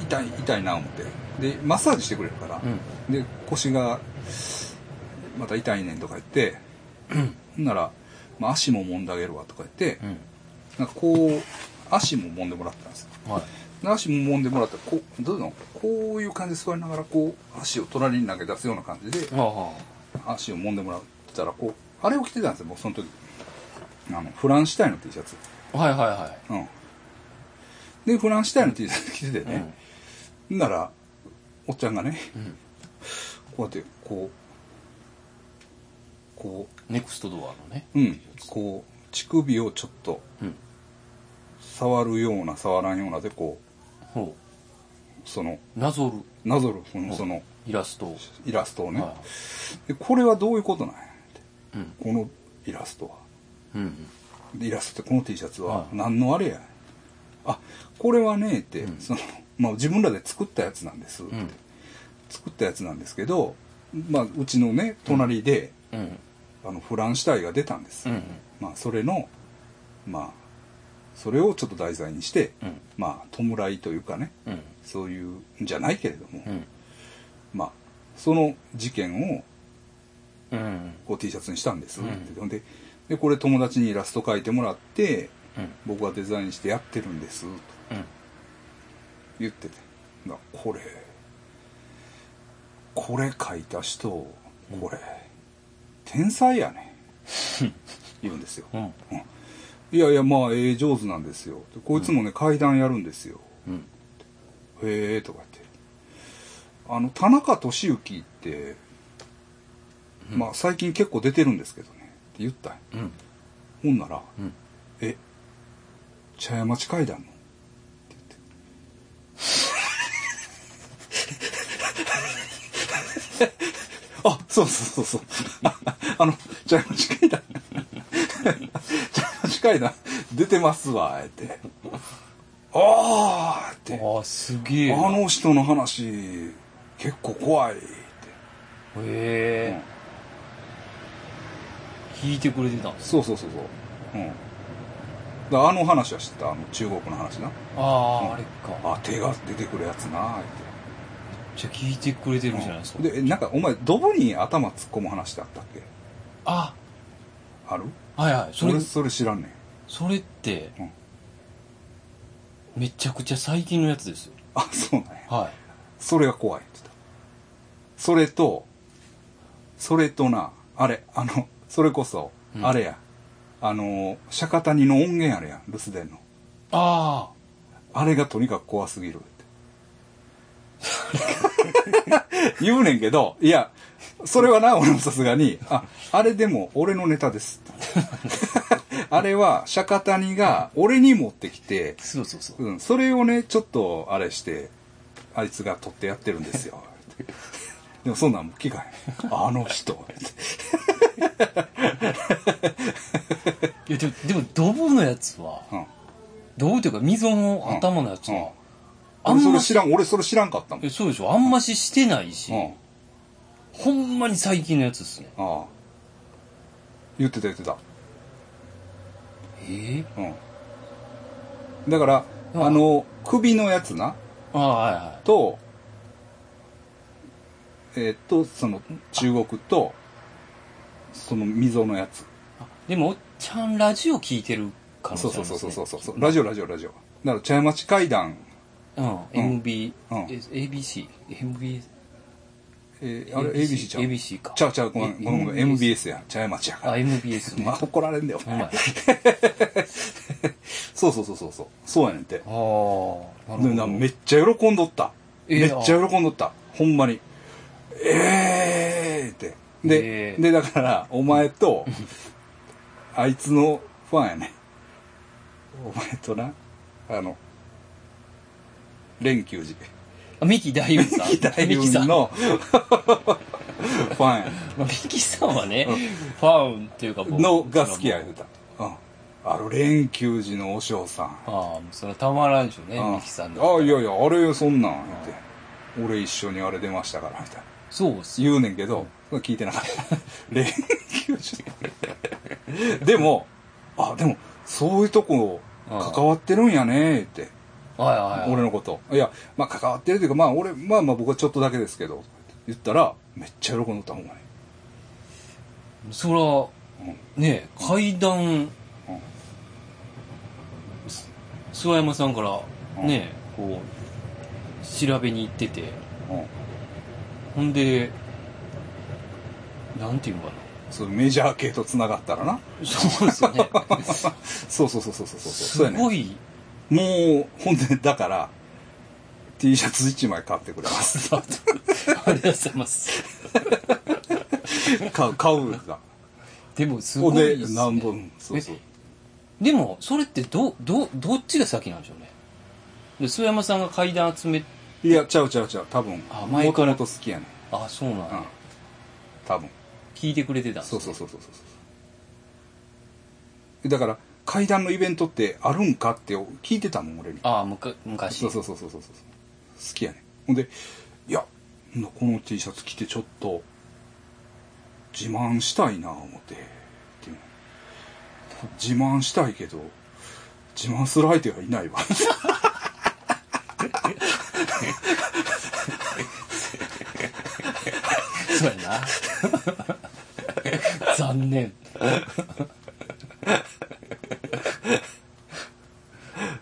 Speaker 1: 痛い痛いな思ってでマッサージしてくれるから、
Speaker 2: い。うん。
Speaker 1: で腰がまた痛いねんとか言ってほんなら、まあ、足も揉んであげるわとか言って、
Speaker 2: う
Speaker 1: なんかこう足も揉んでもらったんですよ
Speaker 2: ん。はい。
Speaker 1: で足も揉んでもらったらこうどういうのこういう感じで座りながらこう足を隣に投げ出すような感じで
Speaker 2: はあ、は
Speaker 1: 足を揉んでもらったらこうあれを着てたんですよ僕その時あのフランシュタインの T シャツ
Speaker 2: あ、はいはいはい。
Speaker 1: うんでフランシュタインの T シャツ着ててね、ほん、ならおっちゃんがね
Speaker 2: うん。うん。
Speaker 1: こうやってこうこ
Speaker 2: ネクストドアのね。
Speaker 1: ううんこう乳首をちょっと
Speaker 2: うん。
Speaker 1: 触るような触らんようなでこ
Speaker 2: ほ
Speaker 1: うその
Speaker 2: う。なぞる
Speaker 1: なぞるそ
Speaker 2: うん
Speaker 1: のその
Speaker 2: イラストを。
Speaker 1: イラストをね、
Speaker 2: は
Speaker 1: でこれはどういうことなんやって
Speaker 2: い。うん。
Speaker 1: このイラストは
Speaker 2: うん。
Speaker 1: でイラストってこの T シャツは
Speaker 2: はい
Speaker 1: 何のあれや、あこれはねって、
Speaker 2: うん
Speaker 1: そのまあ、自分らで作ったやつなんです、
Speaker 2: うん。
Speaker 1: 作ったやつなんですけど、まあ、うちのね隣で、
Speaker 2: うん。
Speaker 1: あのフランシュタインが出たんです、
Speaker 2: うん。
Speaker 1: まあ、それのまあそれをちょっと題材にして、
Speaker 2: うん。
Speaker 1: まあ弔いというかね
Speaker 2: うん。
Speaker 1: そういうんじゃないけれども、
Speaker 2: うん。
Speaker 1: まあその事件を
Speaker 2: うん。うん。
Speaker 1: こう T シャツにしたんです、
Speaker 2: うん
Speaker 1: ってででこれ友達にイラスト描いてもらって
Speaker 2: うん。
Speaker 1: 僕がデザインしてやってるんですと言っててだからこれこれ描いた人これ天才や
Speaker 2: <laughs>
Speaker 1: ね言うんですよ、
Speaker 2: うん。
Speaker 1: うんいやいやまあええ上手なんですよこいつもね、階段やるんですよ
Speaker 2: うん。
Speaker 1: へえとか言ってあの田中俊之って、まあ最近結構出てるんですけどねって言ったんや
Speaker 2: うん。
Speaker 1: ほんなら
Speaker 2: うん。
Speaker 1: 「え茶屋町階段の?」って <laughs> 言ってあそうそうそう <laughs> そうああの茶屋町階段 <laughs> 茶屋町階段出てますわって「ああ」って
Speaker 2: ああ、すげえ。
Speaker 1: あ、の人の話結構怖いって、う
Speaker 2: へ
Speaker 1: ん
Speaker 2: え、聞いてくれてたんです
Speaker 1: そうそうそうそう、うん、だからあの話は知ってたあの中国の話な
Speaker 2: あ
Speaker 1: うん
Speaker 2: あ、あれか。
Speaker 1: あ手が出てくるやつなっ
Speaker 2: じゃあ聞いてくれてるんじゃないです
Speaker 1: て、
Speaker 2: か。
Speaker 1: でえなんかお前ドブに頭突っ込む話ってあったっけ
Speaker 2: あ、
Speaker 1: ある
Speaker 2: はいはい。そ
Speaker 1: それ
Speaker 2: れ、
Speaker 1: それ知らんねん
Speaker 2: それって
Speaker 1: うん、
Speaker 2: めちゃくちゃ最近のやつですよ。
Speaker 1: あそうなんや
Speaker 2: は
Speaker 1: それが怖いって言ってたそれとそれとなあれあのそれこそ、
Speaker 2: うん
Speaker 1: あれやあの釈迦谷の音源あれや留守電の
Speaker 2: い。あ
Speaker 1: あれがとにかく怖すぎる <laughs> って。言うねんけど、いや、それはな、俺もさすがに、あ、あれでも俺のネタです <laughs> って。あれは、釈迦谷が俺に持ってきて
Speaker 2: あ、、そうそうそう。
Speaker 1: うん、それをね、ちょっとあれして、あいつが取ってやってるんですよ。 <laughs> ってでもそんなんもう聞かへん。あの人。って
Speaker 2: いや、でも、でも、ドブのやつは、
Speaker 1: うん。
Speaker 2: ドブというか、溝の頭のやつは、あ
Speaker 1: 俺
Speaker 2: ん
Speaker 1: そ
Speaker 2: ま
Speaker 1: れ
Speaker 2: し
Speaker 1: 知、らん、俺それ知らんかったもん。
Speaker 2: えそうでしょあんまししてないし、
Speaker 1: うん。
Speaker 2: ほんまに最近のやつですね。
Speaker 1: ああ。言ってた言ってた。
Speaker 2: ええ
Speaker 1: うん、だから、
Speaker 2: うん
Speaker 1: あの首のやつな
Speaker 2: ああ、はいは
Speaker 1: とえーっとその中国とその溝のやつ、
Speaker 2: い。でも、おっちゃんラジオ聞いてる可能性
Speaker 1: そう
Speaker 2: あり
Speaker 1: そ
Speaker 2: ま
Speaker 1: う
Speaker 2: す
Speaker 1: そ
Speaker 2: ね。
Speaker 1: うそうそうそうラジオラジオラジオだから茶屋町階段、
Speaker 2: うん、MB、
Speaker 1: うん
Speaker 2: ABC、MBS、
Speaker 1: えーあれ ABC ちゃう
Speaker 2: ABC か
Speaker 1: ちゃうちゃうごめんごめんごめん MBS や茶屋町やか
Speaker 2: あ、
Speaker 1: ら
Speaker 2: MBS ね。
Speaker 1: まあ <laughs> 怒られんだよ、
Speaker 2: ほんまや
Speaker 1: そうそうそうそうそうそうやねんて
Speaker 2: ああ、な
Speaker 1: でなめっちゃ喜んどった、
Speaker 2: ええ
Speaker 1: めっちゃ喜んどったほんまにええー、ってで、
Speaker 2: ええ
Speaker 1: でだからお前と
Speaker 2: <laughs>
Speaker 1: あいつのファンやねお前となあの連休時
Speaker 2: あミキ大雲さん。
Speaker 1: 大
Speaker 2: ミキさ
Speaker 1: 運
Speaker 2: ん。
Speaker 1: のファンや
Speaker 2: まあ、ミキさんはね、ファンっていうか <laughs> 僕
Speaker 1: のが好きや言うた。うん。あの、連休時のお嬢さん。
Speaker 2: ああ、それはたまらんでしょうね、
Speaker 1: うん
Speaker 2: ミキさんの。
Speaker 1: あ、いやいや、あれそんなん言って。俺一緒にあれ出ましたから、みたいな。
Speaker 2: そうっすよ。
Speaker 1: 言うねんけど、聞いてなかった。連休時 <laughs>
Speaker 2: <laughs>
Speaker 1: でも、あ、でも、そういうとこ、関わってるんやね、って。
Speaker 2: はいはいはい。
Speaker 1: 俺のこと。いや、まあ関わってるというか、まあ俺、まあまあ僕はちょっとだけですけど、言ったら、めっちゃ喜んでた、ほんまに。
Speaker 2: そ
Speaker 1: うん
Speaker 2: ら、ねえ、階段、す諏訪山さんから、
Speaker 1: うん
Speaker 2: ねえ、こう、調べに行ってて、
Speaker 1: うん。
Speaker 2: ほんで、なんていうのか
Speaker 1: そうメジャー系と繋がったらな。 <laughs>
Speaker 2: な。そうですよね。
Speaker 1: そうそうそうそうそうそう。
Speaker 2: す
Speaker 1: そうやね
Speaker 2: ごい、
Speaker 1: もう、ほんで、だから、T シャツ1枚買ってくれます。
Speaker 2: <laughs> ありがとうございます。
Speaker 1: 買う、買うが。
Speaker 2: でも、す
Speaker 1: こ
Speaker 2: ご
Speaker 1: こ
Speaker 2: い
Speaker 1: で
Speaker 2: です、ね。
Speaker 1: 何本、そうそう。
Speaker 2: でも、それってど、ど、どっちが先なんでしょうね。で、諏訪山さんが階段集め、
Speaker 1: いや、ちゃうちゃうちゃう。多分、
Speaker 2: あ前から
Speaker 1: もともと好きやねん。
Speaker 2: あ、そうなん
Speaker 1: う
Speaker 2: だ
Speaker 1: ん。多分。
Speaker 2: 聞いてくれてたんです
Speaker 1: そ
Speaker 2: ね
Speaker 1: うそうそうそうそう。だから、階段のイベントってあるんかって聞いてたもん、俺に。
Speaker 2: ああ、むか、昔。
Speaker 1: そうそうそうそうそうそう。好きやねん。ほんで、いや、ほんなこの T シャツ着てちょっと、自慢したいな思って、っていう自慢したいけど、自慢する相手がいないわ。
Speaker 2: そうやな。 <laughs> 残念。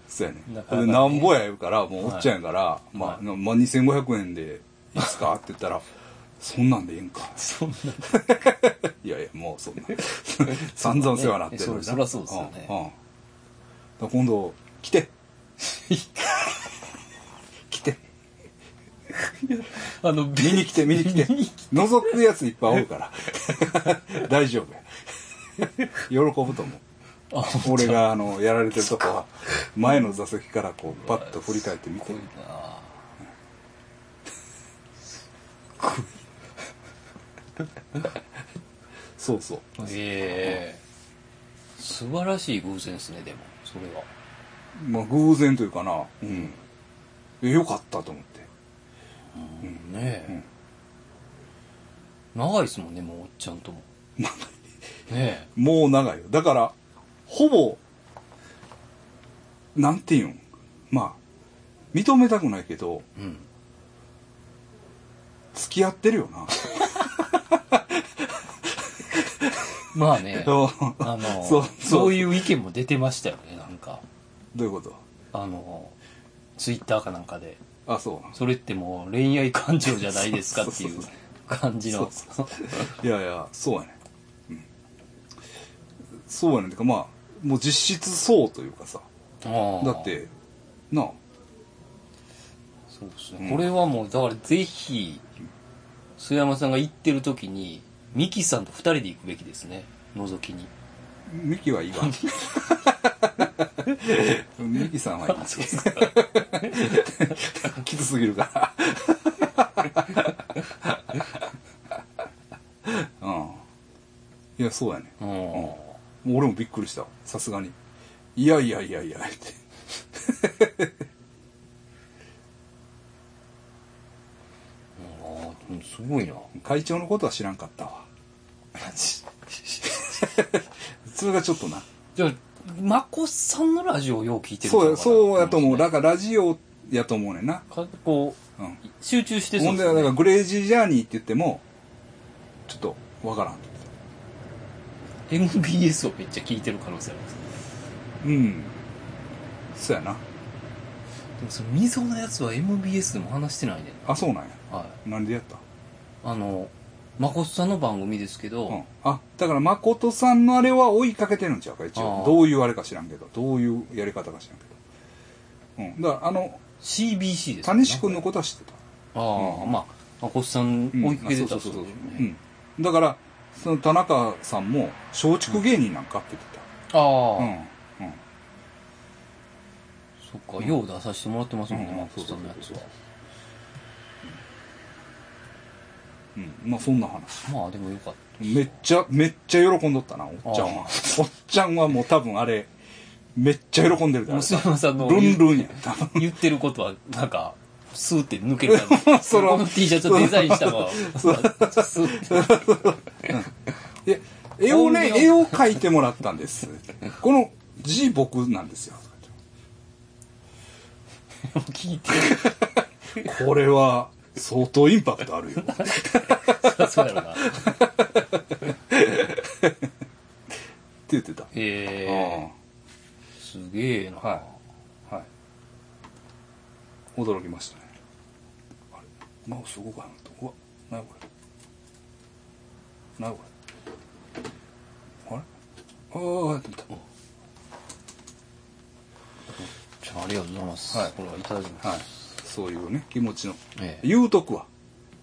Speaker 1: そうやねん。
Speaker 2: な
Speaker 1: ほ
Speaker 2: かなか
Speaker 1: ん
Speaker 2: ね
Speaker 1: でなんぼや言うから、もうお
Speaker 2: はい
Speaker 1: っちゃんやから、ま
Speaker 2: は
Speaker 1: あ、
Speaker 2: い
Speaker 1: なまあ、2500円でいいっす
Speaker 2: <laughs>
Speaker 1: かって言ったら、そんなんでええんか。
Speaker 2: そんな。
Speaker 1: <laughs> いやいや、もうそんな。
Speaker 2: <laughs>
Speaker 1: 散々世話なってるのにな
Speaker 2: そうそりゃそうですよね
Speaker 1: うんうんだから今度、来
Speaker 2: <laughs>
Speaker 1: て。 <laughs> 来て。
Speaker 2: あの、
Speaker 1: 見に来て、見に来 <laughs> て。覗くやついっぱいおるから。 <laughs> 大丈夫や。喜ぶと思う。
Speaker 2: あ、こ
Speaker 1: 俺が、あの、やられてるとこは、前の座席からこう、パッと振り返ってみ
Speaker 2: う
Speaker 1: て
Speaker 2: いう。な。
Speaker 1: そうそう。
Speaker 2: ええ素晴らしい偶然ですね、でも、それは。
Speaker 1: まあ、偶然というかな。うん。え、よかったと思って。
Speaker 2: ねえ。長いですもんね、もう、おっちゃんとも。ね
Speaker 1: もう長いよ。だから、ほぼ、なんていうん。まあ、認めたくないけど、
Speaker 2: え。うん。
Speaker 1: 付き合ってるよ <laughs> な。
Speaker 2: まあ
Speaker 1: <laughs>
Speaker 2: ね。
Speaker 1: そう
Speaker 2: あの
Speaker 1: そ
Speaker 2: そうう
Speaker 1: そう
Speaker 2: いう意見も出てましたよねなんか
Speaker 1: どういうこと
Speaker 2: あのツイッターかなんかで
Speaker 1: あ、そうなん
Speaker 2: それってもう恋愛感情じゃないですかって
Speaker 1: そ
Speaker 2: い
Speaker 1: う
Speaker 2: う
Speaker 1: そう
Speaker 2: 感じの
Speaker 1: そいやいや、そうやね。うん。そうやね。てか、まあ、もう実質そうというかさ。
Speaker 2: ああ
Speaker 1: だって、なあ、
Speaker 2: そうです
Speaker 1: うん
Speaker 2: ねこれはもうだからぜひ須山さんが行ってる時にミキさんと二人で行くべきですね覗きに
Speaker 1: ミキはいいわ。ミキさんはいい。きつすぎるから。 <laughs> うん。いや、そうやね。
Speaker 2: <laughs> うん
Speaker 1: もう俺もびっくりした。さすがに。いやいやいやいや、って。
Speaker 2: ああうんすごいな
Speaker 1: 会長のことは知らんかったわ。 <laughs> それがちょっとな。
Speaker 2: じゃあまこさんのラジオをよう聞いてる
Speaker 1: そうや、そうやと思う。
Speaker 2: ラ
Speaker 1: だからラジオやと思うねんな。
Speaker 2: こう
Speaker 1: うん。
Speaker 2: 集中して
Speaker 1: ほ
Speaker 2: そうんで
Speaker 1: で、だ
Speaker 2: す
Speaker 1: か
Speaker 2: ね
Speaker 1: らグレイジージャーニーって言っても、ちょっとわからん。
Speaker 2: MBS をめっちゃ聞いてる可能性あります
Speaker 1: うん。そうやな。
Speaker 2: でもその溝のやつは MBS でも話してないね
Speaker 1: あ、そうなんや。
Speaker 2: はい
Speaker 1: なんでやった
Speaker 2: あの誠さんの番組ですけど、
Speaker 1: うん。あ、だから誠さんのあれは追いかけてるんちゃうか、一
Speaker 2: あ
Speaker 1: 応。
Speaker 2: ー
Speaker 1: どういうあれか知らんけど、どういうやり方か知らんけど。うん。だから、あの、
Speaker 2: CBC ですかね
Speaker 1: 谷志君のことは知ってた。
Speaker 2: ああ、
Speaker 1: うん
Speaker 2: まあ誠さん
Speaker 1: うん
Speaker 2: 追いかけてた
Speaker 1: あ
Speaker 2: っ
Speaker 1: そう
Speaker 2: て
Speaker 1: そうそうそう
Speaker 2: ことでしょう
Speaker 1: う
Speaker 2: ね
Speaker 1: ん。だから、その田中さんも、松竹芸人なんかって言って
Speaker 2: あ
Speaker 1: た。
Speaker 2: あ、
Speaker 1: うん。うん。
Speaker 2: そっかよう出させてもらってますもんね、
Speaker 1: うん
Speaker 2: 誠さんのやつ
Speaker 1: そうそう
Speaker 2: は
Speaker 1: そううん、まあそんな話。
Speaker 2: まあでもよかっ
Speaker 1: めっちゃ、めっちゃ喜んどったな、おっちゃんは。おっちゃんはもう多分あれ、めっちゃ喜んでる
Speaker 2: た。
Speaker 1: だろ
Speaker 2: もう
Speaker 1: う。
Speaker 2: 杉山さんの
Speaker 1: ルン
Speaker 2: 言
Speaker 1: ルンやった。
Speaker 2: 言ってることは、なんか、スーって抜ける感じ。
Speaker 1: <laughs> その
Speaker 2: この T シャツをデザインしたの
Speaker 1: <laughs>
Speaker 2: は、スーって。
Speaker 1: いや、絵をね、
Speaker 2: 音量
Speaker 1: 絵を描いてもらったんです。この字僕なんですよ。
Speaker 2: 聞いて
Speaker 1: これは相当インパクトあるよ。
Speaker 2: そりゃそうや
Speaker 1: <laughs>
Speaker 2: ろな。
Speaker 1: って言ってた。
Speaker 2: へえすげえな。
Speaker 1: うんはい。はい。驚きましたね。あれマウス動かへんと。うわ、なにこれ。なにこれ。あれあー、やってみた。
Speaker 2: じゃあありがとうございます。
Speaker 1: はい
Speaker 2: これはいただきます。
Speaker 1: はい。そういうね、気持ちの。
Speaker 2: ええ
Speaker 1: 言うとくわ。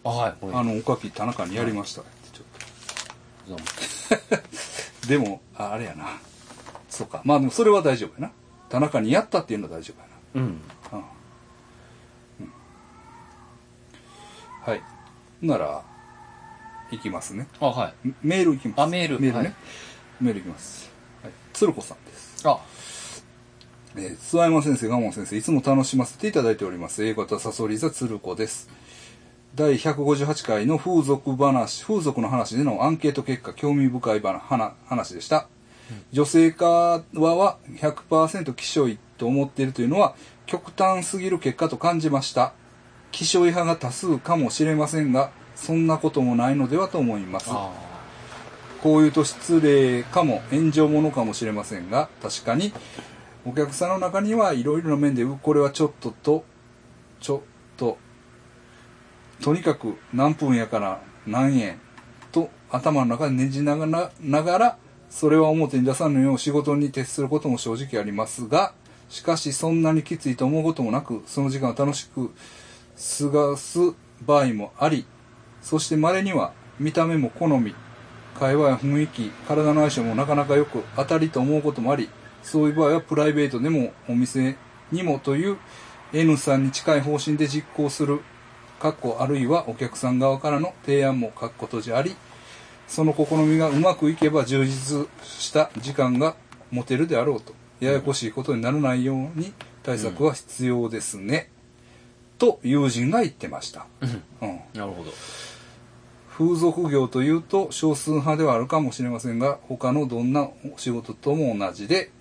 Speaker 2: あ、はい、これ。
Speaker 1: あ
Speaker 2: あり
Speaker 1: の、おかき田中にやりました。ってちょっと
Speaker 2: がとうございま
Speaker 1: <laughs>
Speaker 2: す
Speaker 1: でも、ああれやな。そうか。まあでもそれは大丈夫やな。田中にやったっていうのは大丈夫や
Speaker 2: うん。
Speaker 1: な。うん。うんはい。なら、いきますね。
Speaker 2: あ、はい。
Speaker 1: メメールいきます。
Speaker 2: あメール
Speaker 1: メールね。
Speaker 2: はい
Speaker 1: メールいきます。はい。鶴子さんです。
Speaker 2: あ、
Speaker 1: えー、諏訪山先生、賀門先生、いつも楽しませていただいております。A 型サソリ座鶴子です。第158回の風俗話、風俗の話でのアンケート結果、興味深い話話話でした。女性化は100%気象いと思っているというのは、極端すぎる結果と感じました。気象派が多数かもしれませんが、そんなこともないのではと思います。
Speaker 2: あ
Speaker 1: こういうと失礼かも炎上ものかもしれませんが確かにお客さんの中にはいろいろな面でうこれはちょっととちょっととにかく何分やから何円と頭の中でねじながらながらそれは表に出さぬよう仕事に徹することも正直ありますがしかしそんなにきついと思うこともなくその時間を楽しく過ごす場合もありそして稀には見た目も好み会話や雰囲気体の相性もなかなかよく当たりと思うこともありそういう場合はプライベートでもお店にもという N さんに近い方針で実行するかっこあるいはお客さん側からの提案もかっこ閉じありその試みがうまくいけば充実した時間が持てるであろうとややこしいことにならないように対策は必要ですね、と友人が言ってました、
Speaker 2: うん。
Speaker 1: うん、
Speaker 2: なるほど。
Speaker 1: 風俗業というと少数派ではあるかもしれませんが他のどんなお仕事とも同じで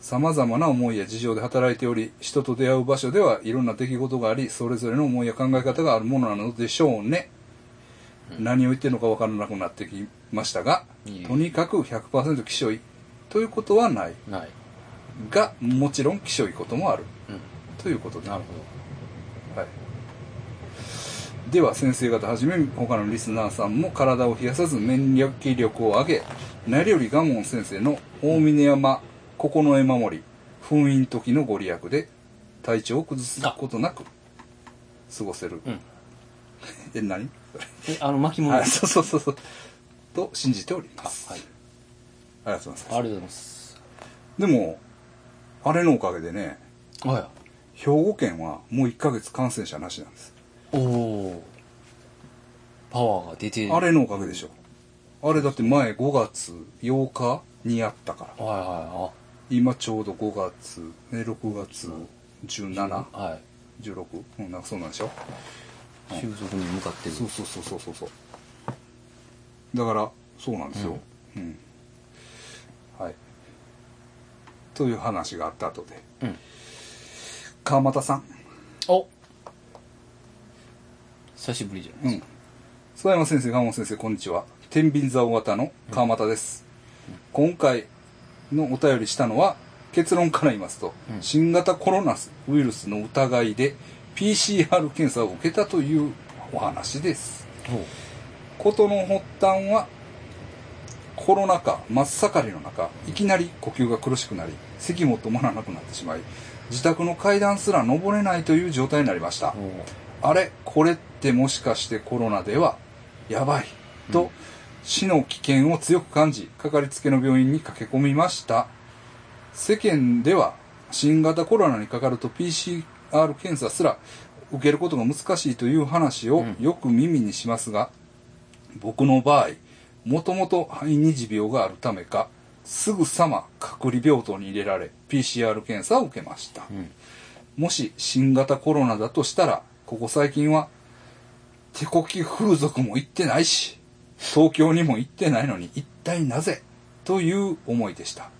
Speaker 1: 様々な思いや事情で働いており人と出会う場所ではいろんな出来事がありそれぞれの思いや考え方があるものなのでしょうね、何を言ってるのか分からなくなってきましたが
Speaker 2: いい
Speaker 1: とにかく100%気象いということはない
Speaker 2: ない。
Speaker 1: がもちろん気象いこともある
Speaker 2: うん。
Speaker 1: ということで
Speaker 2: なる
Speaker 1: はい、では先生方はじめ他のリスナーさんも体を冷やさず免疫力を上げ何より蒲門先生の大峰山九重守り封印時のご利益で体調を崩すことなく過ごせる、
Speaker 2: ほど。うん。
Speaker 1: え何、
Speaker 2: え、あの、巻物
Speaker 1: は
Speaker 2: で
Speaker 1: い、
Speaker 2: す。
Speaker 1: そうそうそうそうと信じております
Speaker 2: あはい。
Speaker 1: ありがとうござい
Speaker 2: あり
Speaker 1: ま
Speaker 2: がとうございます。
Speaker 1: すでもあれのおかげでね
Speaker 2: は
Speaker 1: 兵庫県はもう1ヶ月感染者なしなんです
Speaker 2: い。おお。パワーが出てる。
Speaker 1: あれのおかげでしょ。あれだって前5月8日にあったから。
Speaker 2: はいは
Speaker 1: 今ちょうど5月、ね、6月
Speaker 2: い
Speaker 1: 17
Speaker 2: あ、、は
Speaker 1: 16? うん、なんかそうなんでしょ
Speaker 2: い。収束に向かってる。
Speaker 1: そうそうそうそうそうそう。だから、そうなんですよ。うん。はい。という話があった後で。
Speaker 2: うん。
Speaker 1: 川又さん。
Speaker 2: お久しぶりじゃな
Speaker 1: う
Speaker 2: いです
Speaker 1: ん。諏訪山先生、蒲本先生、こんにちは。天秤座大型の川又です。今回のお便りしたのは、結論から言いますと、
Speaker 2: うん
Speaker 1: 新型コロナウイルスの疑いで PCR 検査を受けたというお話です。
Speaker 2: か。ほう
Speaker 1: 事の発端はコロナ禍真っ盛りの中いきなり呼吸が苦しくなり咳も止まらなくなってしまい自宅の階段すら登れないという状態になりました
Speaker 2: おー
Speaker 1: あれこれってもしかしてコロナではやばいと、死の危険を強く感じかかりつけの病院に駆け込みました世間では新型コロナにかかると PCR 検査すら受けることが難しいという話をよく耳にしますが、僕の場合もともと肺二次病があるためかすぐさま隔離病棟に入れられ PCR 検査を受けました、
Speaker 2: ん
Speaker 1: もし新型コロナだとしたらここ最近は手こき風俗も行ってないし東京にも行ってないのに一体なぜという思いでした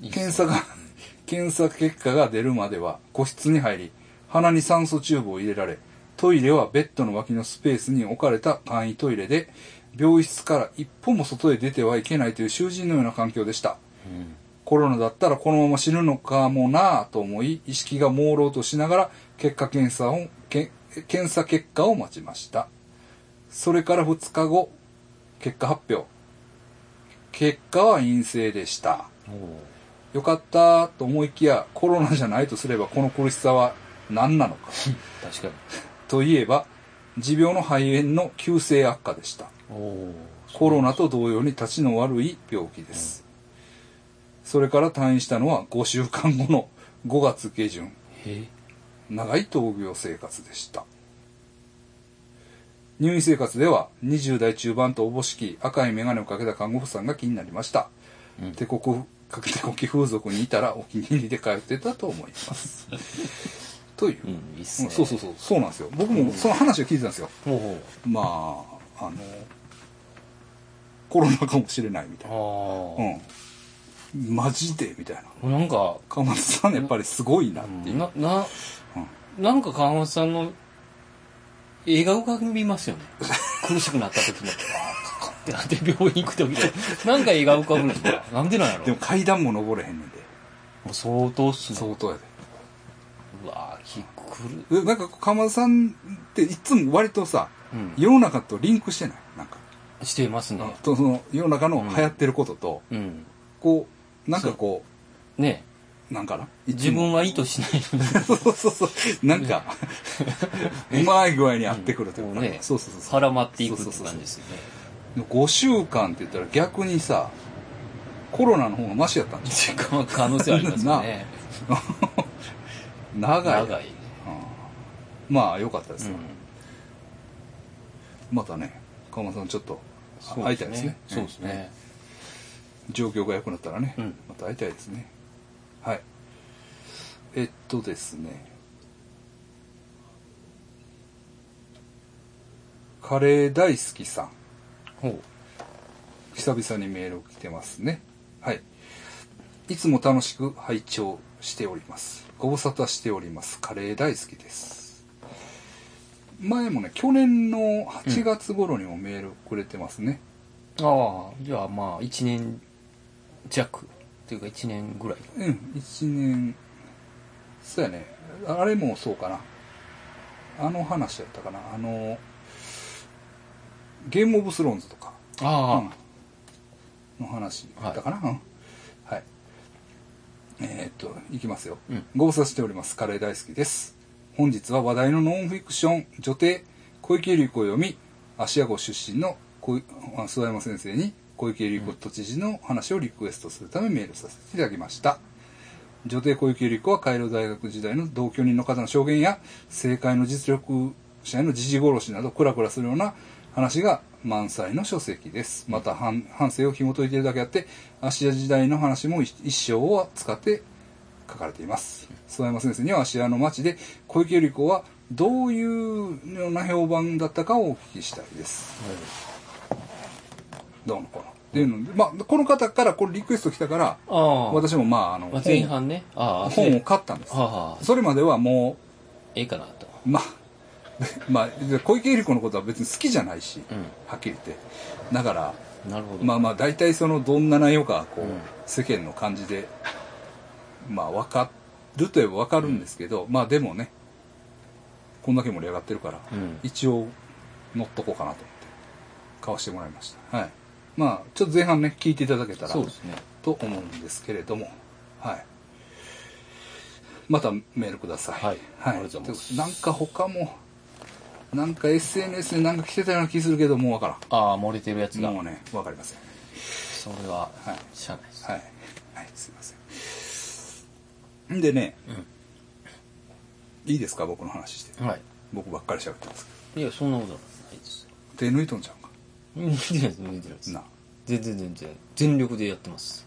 Speaker 2: いいっすね
Speaker 1: 検査が、 <laughs> 検査結果が出るまでは個室に入り、鼻に酸素チューブを入れられ、トイレはベッドの脇のスペースに置かれた簡易トイレで、病室から一歩も外へ出てはいけないという囚人のような環境でした。
Speaker 2: うん
Speaker 1: コロナだったらこのまま死ぬのかもなぁと思い、意識が朦朧としながら、結果検査を、け検査結果を待ちました。それから2日後、結果発表。結果は陰性でした。
Speaker 2: おー
Speaker 1: よかったと思いきやコロナじゃないとすればこの苦しさは何なのか
Speaker 2: 確かに
Speaker 1: といえば持病の肺炎の急性悪化でした
Speaker 2: おお
Speaker 1: コロナと同様に立ちの悪い病気です、それから退院したのは5週間後の5月下旬
Speaker 2: へ
Speaker 1: 長い闘病生活でした入院生活では20代中盤とおぼしき赤い眼鏡をかけた看護婦さんが気になりました、
Speaker 2: うん
Speaker 1: 手ここ手こき風俗にいたらお気に入りで通ってたと思います <laughs> という、
Speaker 2: うんいいっすね
Speaker 1: そうそうそうそうなんですよ僕もその話を聞いてたんですよ、
Speaker 2: おお
Speaker 1: まああのコロナかもしれないみたいな
Speaker 2: あ
Speaker 1: うんマジでみたいな
Speaker 2: あ、なんか
Speaker 1: 川松さんやっぱりすごいなっていう、
Speaker 2: なななんか川本さんの映画をかみますよね <laughs> 苦しくなった時のあーカカってなって病院行く時のなんか映画をかぶるんですよなんでなんやろ
Speaker 1: でも階段も登れへんねんで
Speaker 2: もう相当っすね
Speaker 1: 相当やで
Speaker 2: うわーきくる
Speaker 1: えなんか鎌田さんっていつも割とさ、
Speaker 2: うん
Speaker 1: 世の中とリンクしてないなんか、
Speaker 2: してますね
Speaker 1: とその世の中の流行ってることと、
Speaker 2: うん
Speaker 1: こうなんかこ
Speaker 2: ね
Speaker 1: うなんかな
Speaker 2: 自分は意図しないの
Speaker 1: <laughs>
Speaker 2: に
Speaker 1: そうそうそうなん
Speaker 2: <laughs>
Speaker 1: か、うまい具合に合ってくるというか、
Speaker 2: うんね
Speaker 1: そうそうそうそう
Speaker 2: 絡まっていくって感じですよね <laughs>
Speaker 1: 5週間って言ったら逆にさコロナの方がマシやったんじ
Speaker 2: 時間は可能性ありますよね
Speaker 1: ゃん長い
Speaker 2: 長い
Speaker 1: まあ良かったです
Speaker 2: う
Speaker 1: よ、
Speaker 2: ん
Speaker 1: またね鎌田さんちょっとあ
Speaker 2: そう
Speaker 1: 会いたいですね
Speaker 2: そうですね
Speaker 1: 状況が良くなったらね、
Speaker 2: うん
Speaker 1: また会いたいですねはいえっとですねカレー大好きさん
Speaker 2: ほう
Speaker 1: 久々にメールを来てますねはいいつも楽しく拝聴しておりますご無沙汰しておりますカレー大好きです前もね去年の8月頃にもメールくれてますね、
Speaker 2: ああじゃあまあ1年弱というか1年ぐらい
Speaker 1: うん、一年、そうやね。あれもそうかな。あの話やったかな。あの、ゲームオブスローンズとか、
Speaker 2: あ
Speaker 1: うんの話だったかな。うんはい。えーっと、いきますよ。
Speaker 2: うん
Speaker 1: ご無沙汰しております。カレー大好きです。本日は話題のノンフィクション、女帝、小池百合子を読み、芦屋湖出身の小いあ諏訪山先生に、小池百合子都知事の話をリクエストするためメールさせていただきました。女帝小池百合子はカイロ大学時代の同居人の方の証言や政界の実力者への時事殺しなどクラクラするような話が満載の書籍ですまた反反省を紐解いているだけあって芦屋時代の話も一一生を使って書かれています諏訪山先生には芦屋の町で小池百合子はどういうような評判だったかをお聞きしたいですどうのこうのっていうので、まあ、この方からこれリクエスト来たから
Speaker 2: あああ
Speaker 1: 私もまああの
Speaker 2: まあ前半ねああ
Speaker 1: 本を買ったんです
Speaker 2: はあはあ
Speaker 1: それまではも
Speaker 2: ええかなと
Speaker 1: う、まあ、 <laughs> まあ、小池百合子のことは別に好きじゃないし、
Speaker 2: う
Speaker 1: はっきり言って。だから、
Speaker 2: んなるほど
Speaker 1: まあまあ、大体その、どんな内容か、こう、
Speaker 2: うん
Speaker 1: 世間の感じで、まあ、わかるといえばわかるんですけど、まあでもね、こんだけ盛り上がってるから、
Speaker 2: うん
Speaker 1: 一応、乗っとこうかなと思って、買わしてもらいました。はい。まあ、ちょっと前半ね、聞いていただけたら、
Speaker 2: そうですね
Speaker 1: と思うんですけれども、はい。またメールください。
Speaker 2: はい
Speaker 1: は
Speaker 2: あり
Speaker 1: い
Speaker 2: がとうございます
Speaker 1: なんか他も、なんか SNS でなんか来てたような気するけど、もうわか
Speaker 2: ああ漏れてるやつ
Speaker 1: らん。
Speaker 2: が
Speaker 1: もうね、わかりません。
Speaker 2: それは
Speaker 1: はい
Speaker 2: しゃあないです
Speaker 1: はい。はい、すいません。んでね、いいですか、僕の話して。
Speaker 2: は
Speaker 1: 僕ばっかり喋ってます
Speaker 2: いいやそんなことないです
Speaker 1: け手抜いとんちゃうか
Speaker 2: うん見てないです、見てないです。
Speaker 1: な
Speaker 2: 全然全然。全力でやってます。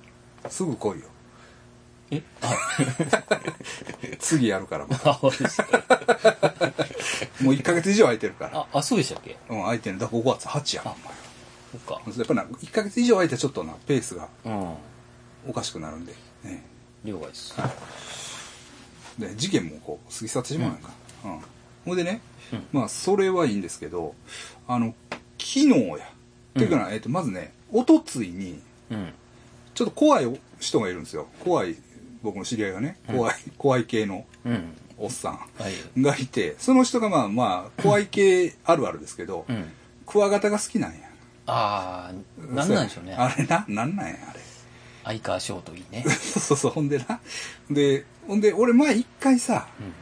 Speaker 1: すぐ
Speaker 2: <laughs>
Speaker 1: 来いよ
Speaker 2: え
Speaker 1: 次やるからも
Speaker 2: あ、そうでした。
Speaker 1: うもう1ヶ月以上空いてるから
Speaker 2: あ、あ、そうでしたっけ
Speaker 1: うん空いてるだから5月8やんお
Speaker 2: あそっか。
Speaker 1: 前やっぱな1ヶ月以上空いてちょっとなペースが
Speaker 2: うん。
Speaker 1: おかしくなるんで、ね、
Speaker 2: 了解です。
Speaker 1: で事件もこう過ぎ去ってしまうやんか、うんほんでね、
Speaker 2: うん
Speaker 1: まあそれはいいんですけどあの昨日やっていうかな、えっとまずねおとついに
Speaker 2: うん。
Speaker 1: ちょっと怖い人がいるんですよ怖い僕の知り合いがね怖い、怖い系の
Speaker 2: うん。
Speaker 1: おっさ
Speaker 2: はい。
Speaker 1: んがいてその人がまあまあ怖い系あるあるですけど、
Speaker 2: うん。
Speaker 1: クワガタが好きなんや
Speaker 2: あー、なんなんでしょうね。
Speaker 1: あれななんなんやあれ
Speaker 2: 相川翔といいね。
Speaker 1: <laughs> そうそうそうほんでなでほんで俺前一回さ
Speaker 2: うん。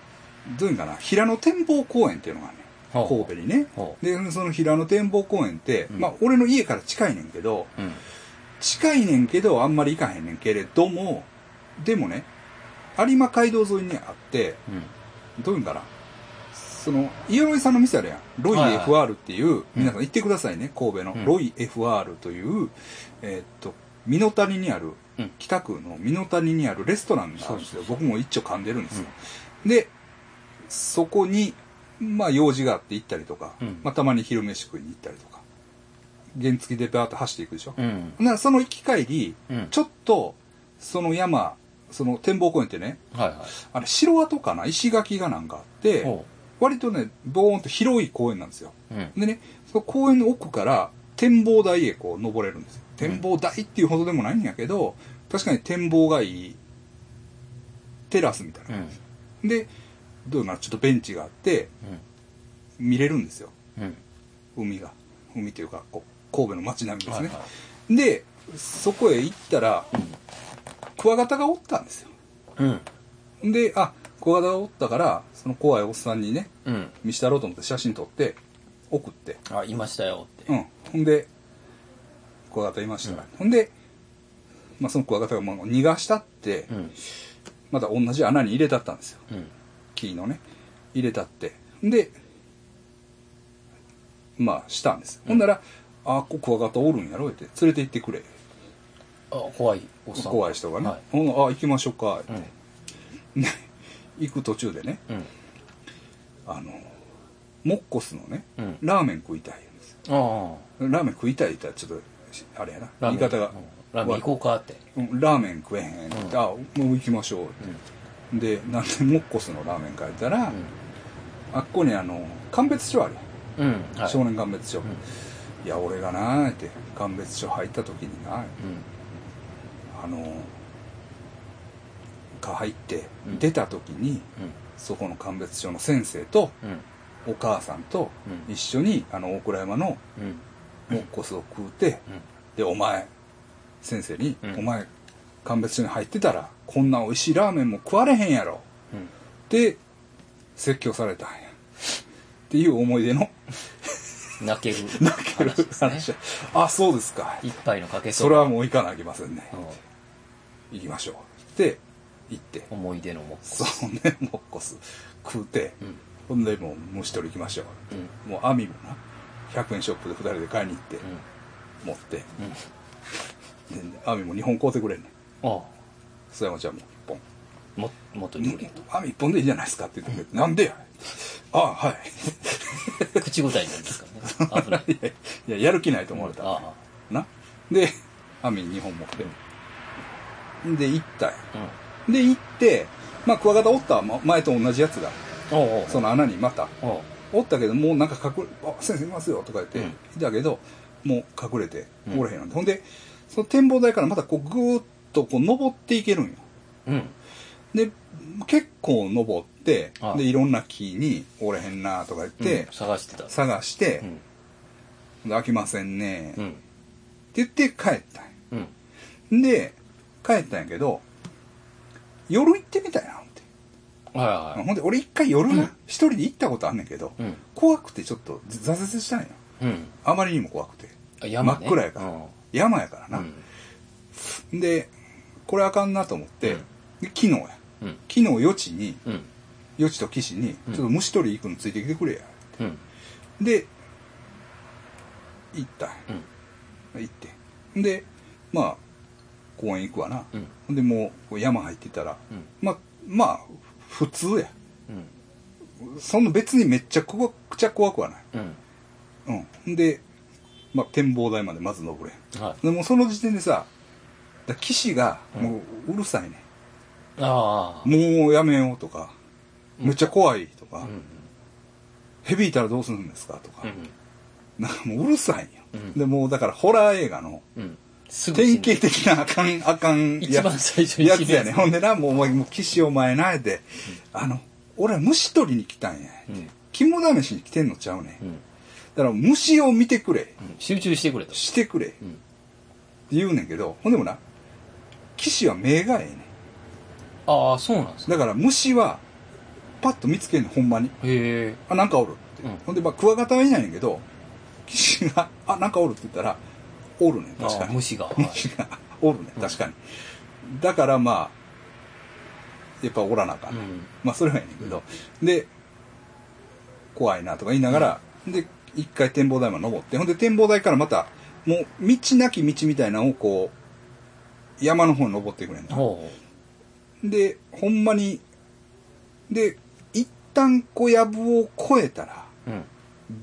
Speaker 1: どういうんかな平野展望公園っていうのがあんねん
Speaker 2: ほうほ
Speaker 1: 神
Speaker 2: う
Speaker 1: 戸にね
Speaker 2: ほ
Speaker 1: でその平野展望公園って、
Speaker 2: うん
Speaker 1: まあ俺の家から近いねんけど
Speaker 2: う。うん。
Speaker 1: 近いねんけどあんまり行かへんねんけれどもでもね有馬街道沿いにあって
Speaker 2: うん。
Speaker 1: どういうんかなその井上さんの店あるやんロイ
Speaker 2: はいはい
Speaker 1: FR っていう、皆さん行ってくださいね神戸の、
Speaker 2: うん
Speaker 1: ロイ FR というえーっと美濃谷にある、
Speaker 2: うん
Speaker 1: 北区の美濃谷にあるレストランがあるんですよ僕も一丁噛んでるんですよ、でそこにまあ用事があって行ったりとか、
Speaker 2: うん
Speaker 1: まあ、たまに昼飯食いに行ったりとか原付でバーッと走っていくでしょ、
Speaker 2: う
Speaker 1: ほ
Speaker 2: ん。
Speaker 1: んならその行き帰り
Speaker 2: うん。
Speaker 1: ちょっとその山その展望公園ってね
Speaker 2: はいは
Speaker 1: あれ城跡かな石垣がなんかあって
Speaker 2: い。ほ
Speaker 1: 割とねボーンと広い公園なんですよ
Speaker 2: う。うん。
Speaker 1: でねその公園の奥から展望台へこう登れるんですよ展望台っていうほどでもないんやけど確かに展望がいいテラスみたいな、
Speaker 2: うん。
Speaker 1: でどうなちょっとベンチがあって見れるんですよ
Speaker 2: うん。うん。
Speaker 1: 海が海というかこう神戸の街並みですね、
Speaker 2: はいは
Speaker 1: でそこへ行ったらクワガタがおったんですよ
Speaker 2: い。うん。
Speaker 1: であクワガタがおったからその怖いおっさんにね
Speaker 2: うん。
Speaker 1: 見せたろうと思って写真撮って送って
Speaker 2: あ、いましたよって。
Speaker 1: うんほんでクワガタいました、ほんで、まあ、そのクワガタがもう逃がしたって、
Speaker 2: うん。
Speaker 1: また同じ穴に入れたったんですよ
Speaker 2: うん。
Speaker 1: 木のね入れたってでまあしたんです、ほんなら「あこクワガタおるんやろ」って連れて行ってくれ
Speaker 2: あ、怖いおっさん。
Speaker 1: 怖い人がね、
Speaker 2: はい
Speaker 1: ほんならあ行きましょうか」って
Speaker 2: うん。、
Speaker 1: で行く途中でね
Speaker 2: うん。
Speaker 1: あのモッコスのね、
Speaker 2: うん
Speaker 1: ラーメン食いたいんです
Speaker 2: あ
Speaker 1: ラーメン食いたいって言ったらちょっとあれやな
Speaker 2: あ。ラ
Speaker 1: 言い
Speaker 2: ーメン
Speaker 1: 方が
Speaker 2: うんラーメン行こうかって。
Speaker 1: うんラーメン食えへんって言って、
Speaker 2: うん
Speaker 1: あもう行きましょうって、でなんでモッコスのラーメン帰ったら、あっこにあの鑑別所あるやん、
Speaker 2: うん。うん。はい。
Speaker 1: 少年鑑別所、
Speaker 2: ん
Speaker 1: いや俺がなーって鑑別所入った時にな
Speaker 2: うん。
Speaker 1: あのか入って、
Speaker 2: うん
Speaker 1: 出た時にそこの鑑別所の先生と
Speaker 2: うん。うん。
Speaker 1: お母さんと
Speaker 2: うん
Speaker 1: 一緒に、あの大倉山の
Speaker 2: うん。
Speaker 1: モッコスを食うて、
Speaker 2: うん。
Speaker 1: でお前先生に「
Speaker 2: うん
Speaker 1: お前鑑別所に入ってたらこんな美味しいラーメンも食われへんやろ」
Speaker 2: うん。
Speaker 1: って説教されたんやっていう思い出の
Speaker 2: 泣ける。
Speaker 1: 泣ける話、
Speaker 2: ね
Speaker 1: あそうですか
Speaker 2: 一杯のかけそ
Speaker 1: それはもう行かなきゃいけませんね
Speaker 2: うん
Speaker 1: 行きましょうって行って
Speaker 2: 思い出のも
Speaker 1: そうねもうこす食うて
Speaker 2: うん。
Speaker 1: ほんでもう虫取り行きましょ
Speaker 2: うん。うん。
Speaker 1: うもう網もな100円ショップで2人で買いに行って持って
Speaker 2: うん。
Speaker 1: で網も2本買うてくれんねん
Speaker 2: あ
Speaker 1: 須山ちゃんも1本
Speaker 2: あ。も、もっと料理やと。
Speaker 1: 網一本でいいじゃないですかって言ってくれて、なんでやああ、は
Speaker 2: 口答えになりますからね。危ない。
Speaker 1: い。いやいや、やる気ないと思われた、
Speaker 2: あ
Speaker 1: な。で、網二本持って。で、行ったよ。
Speaker 2: あ。うん。
Speaker 1: で、行って、まあ、クワガタおった、ま前と同じやつが、
Speaker 2: おうおう。
Speaker 1: その穴にまた、
Speaker 2: おう。
Speaker 1: おったけど、もうなんか隠れ、あ、先生いますよとか言って、
Speaker 2: うん
Speaker 1: だけど、もう隠れて、
Speaker 2: うん
Speaker 1: おれへんなんて。ほんで、その展望台からまたこう、ぐーっとこう、登っていけるんよ。
Speaker 2: うん。
Speaker 1: で、結構登って
Speaker 2: あ、あ
Speaker 1: で、いろんな木に、おれへんなとか言って、
Speaker 2: うん探してた。
Speaker 1: 探して
Speaker 2: う、ん。
Speaker 1: で飽きませんね、
Speaker 2: う
Speaker 1: って
Speaker 2: ん。
Speaker 1: 言って帰った
Speaker 2: うん。
Speaker 1: んやで帰ったんやけど夜行ってみたいな思って、
Speaker 2: はいは
Speaker 1: ほんで俺一回夜な、
Speaker 2: うん
Speaker 1: 一人で行ったことあんねんけど、
Speaker 2: い。うん。
Speaker 1: 怖くてちょっと挫折したんや
Speaker 2: うん。
Speaker 1: あまりにも怖くて
Speaker 2: あ山ね。
Speaker 1: 真っ暗やから
Speaker 2: うん
Speaker 1: 山やから
Speaker 2: う
Speaker 1: な、
Speaker 2: ん。
Speaker 1: でこれあかんなと思って、
Speaker 2: うん
Speaker 1: で昨日や
Speaker 2: うん。
Speaker 1: 昨日余地に
Speaker 2: うん。
Speaker 1: 余地と岸に、
Speaker 2: うん
Speaker 1: ちょっと虫取り行くのついてきてくれや
Speaker 2: うん。
Speaker 1: で行ったんや
Speaker 2: うん
Speaker 1: 行ってでまあ公園行くわな、
Speaker 2: うん
Speaker 1: ほん、でもうこう山入ってたら
Speaker 2: うん
Speaker 1: まあまあ普通や
Speaker 2: うん
Speaker 1: その別にめっちゃ怖くちゃ怖くはない
Speaker 2: うん
Speaker 1: うんほんで、まあ、展望台までまず登れ
Speaker 2: はい
Speaker 1: でもうその時点でさだ騎士がもううるさいね、
Speaker 2: ああ
Speaker 1: もうやめようとか、
Speaker 2: うん
Speaker 1: めっちゃ怖いとか、
Speaker 2: うん
Speaker 1: ヘビいたらどうするんですかとか、
Speaker 2: うん
Speaker 1: なんかもううるさいんよ、
Speaker 2: うん
Speaker 1: でもうだからホラー映画の
Speaker 2: うんすぐ死
Speaker 1: 典
Speaker 2: ぬ
Speaker 1: 型的なあかんあかん
Speaker 2: 一番最初に
Speaker 1: や
Speaker 2: 死
Speaker 1: つ
Speaker 2: ぬ
Speaker 1: やねほんでなもうお前もう騎士お前なえて、あの俺は虫取りに来たんや、
Speaker 2: うん
Speaker 1: 肝試しに来てんのちゃうね、
Speaker 2: うんん
Speaker 1: だから虫を見てくれ
Speaker 2: うん集中してくれと
Speaker 1: してくれって
Speaker 2: うん
Speaker 1: 言うねんけどほんでもな騎士は目がええねん
Speaker 2: ああそうなんですね
Speaker 1: だから虫はパッと見つけんねんほんまに
Speaker 2: へえ
Speaker 1: あ、なんかおるって。
Speaker 2: うん
Speaker 1: ほんで、まあ、クワガタはいないんやけど、騎士が、あ、なんかおるって言ったら、おるね、確か
Speaker 2: ああ
Speaker 1: に。
Speaker 2: 虫がはい
Speaker 1: 虫が、おるね、確かに。だから、まあ、やっぱおらなあかん。
Speaker 2: うん
Speaker 1: まあ、それはいいねんけど、で、怖いなとか言いながら、で、一回展望台まで登って、ほんで、展望台からまた、もう、道なき道みたいなのをこう、山の方に登っていくねんな。
Speaker 2: ほ
Speaker 1: で、ほんまに、で、一旦こう、やぶを越えたら、
Speaker 2: ううん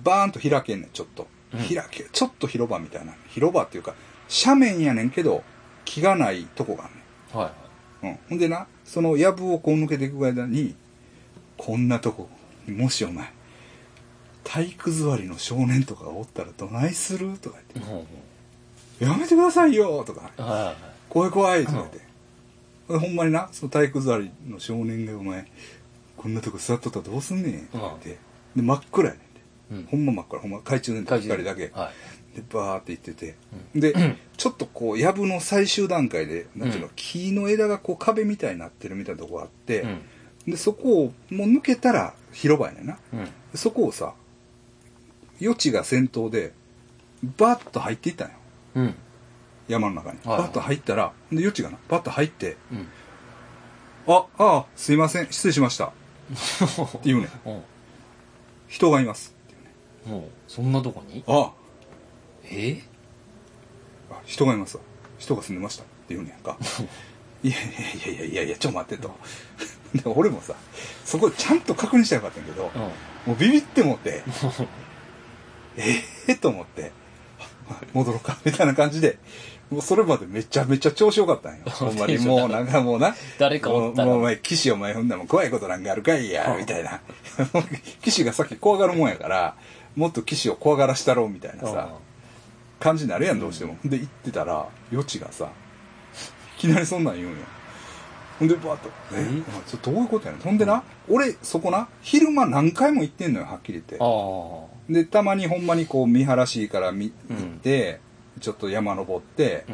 Speaker 1: バーンと開けんねん、ちょっと。
Speaker 2: うん
Speaker 1: 開け、ちょっと広場みたいな。広場っていうか、斜面やねんけど、木がないとこがあ
Speaker 2: はい
Speaker 1: ん
Speaker 2: はい
Speaker 1: ねん。うん。ほんでな、そのやぶをこう抜けていく間に、こんなとこ、もしお前、体育座りの少年とかがおったらどないするとか言
Speaker 2: ほうほ
Speaker 1: って、やめてくださいよとか、
Speaker 2: うはいはいはい
Speaker 1: 怖い怖いとか言って。ほんでほんまにな、その体育座りの少年がお前、こんなとこ座っとったらどうすんねんとか言って、で、真っ暗やねんて。
Speaker 2: うん
Speaker 1: ほんま真っ暗、ほんま懐中電灯光だけ。
Speaker 2: はい
Speaker 1: でバーって行ってて、でちょっとこうやぶの最終段階でなんていうの、
Speaker 2: うん
Speaker 1: 木の枝がこう壁みたいになってるみたいなとこがあって、
Speaker 2: うん
Speaker 1: でそこをもう抜けたら広場やねんな
Speaker 2: うん
Speaker 1: そこをさ余地が先頭でバッと入っていったんよ
Speaker 2: うん
Speaker 1: 山の中に、
Speaker 2: はいはい
Speaker 1: バッと入ったらで余地がなバッと入って
Speaker 2: うん
Speaker 1: 「あああすいません失礼しました」って言うねん
Speaker 2: ほう
Speaker 1: 「人がいます」って言うね
Speaker 2: ほうそんなとこに
Speaker 1: んあ
Speaker 2: え
Speaker 1: あ人がいますわ人が住んでましたって言うねん
Speaker 2: <laughs>
Speaker 1: かいやいやいやいやいやちょっと待ってと <laughs> で俺もさそこちゃんと確認したらよかったんやけど
Speaker 2: うん
Speaker 1: もうビビってもって
Speaker 2: <laughs>
Speaker 1: ええと思ってあ戻ろうかみたいな感じでもうそれまでめちゃめちゃ調子よか
Speaker 2: <laughs>
Speaker 1: ったんよほんまにもうなんかもうな
Speaker 2: 誰かおったら
Speaker 1: もうもうお前騎士お前ほんなもん怖いことなんかあるかいやみたいな <laughs> 騎士がさっき怖がるもんやからもっと騎士を怖がらしたろうみたいなさ感じになるやんどうしても、で行ってたら余地がさいきなりそんなん言うんよほんでバーッと「え
Speaker 2: うん
Speaker 1: お前ちょっとどういうことやねん」ほんでな、俺そこな昼間何回も行ってんのよはっきり言っ
Speaker 2: あ
Speaker 1: て
Speaker 2: あ
Speaker 1: でたまにほんまにこう見晴らしいから見
Speaker 2: うん
Speaker 1: 行って、ちょっと山登って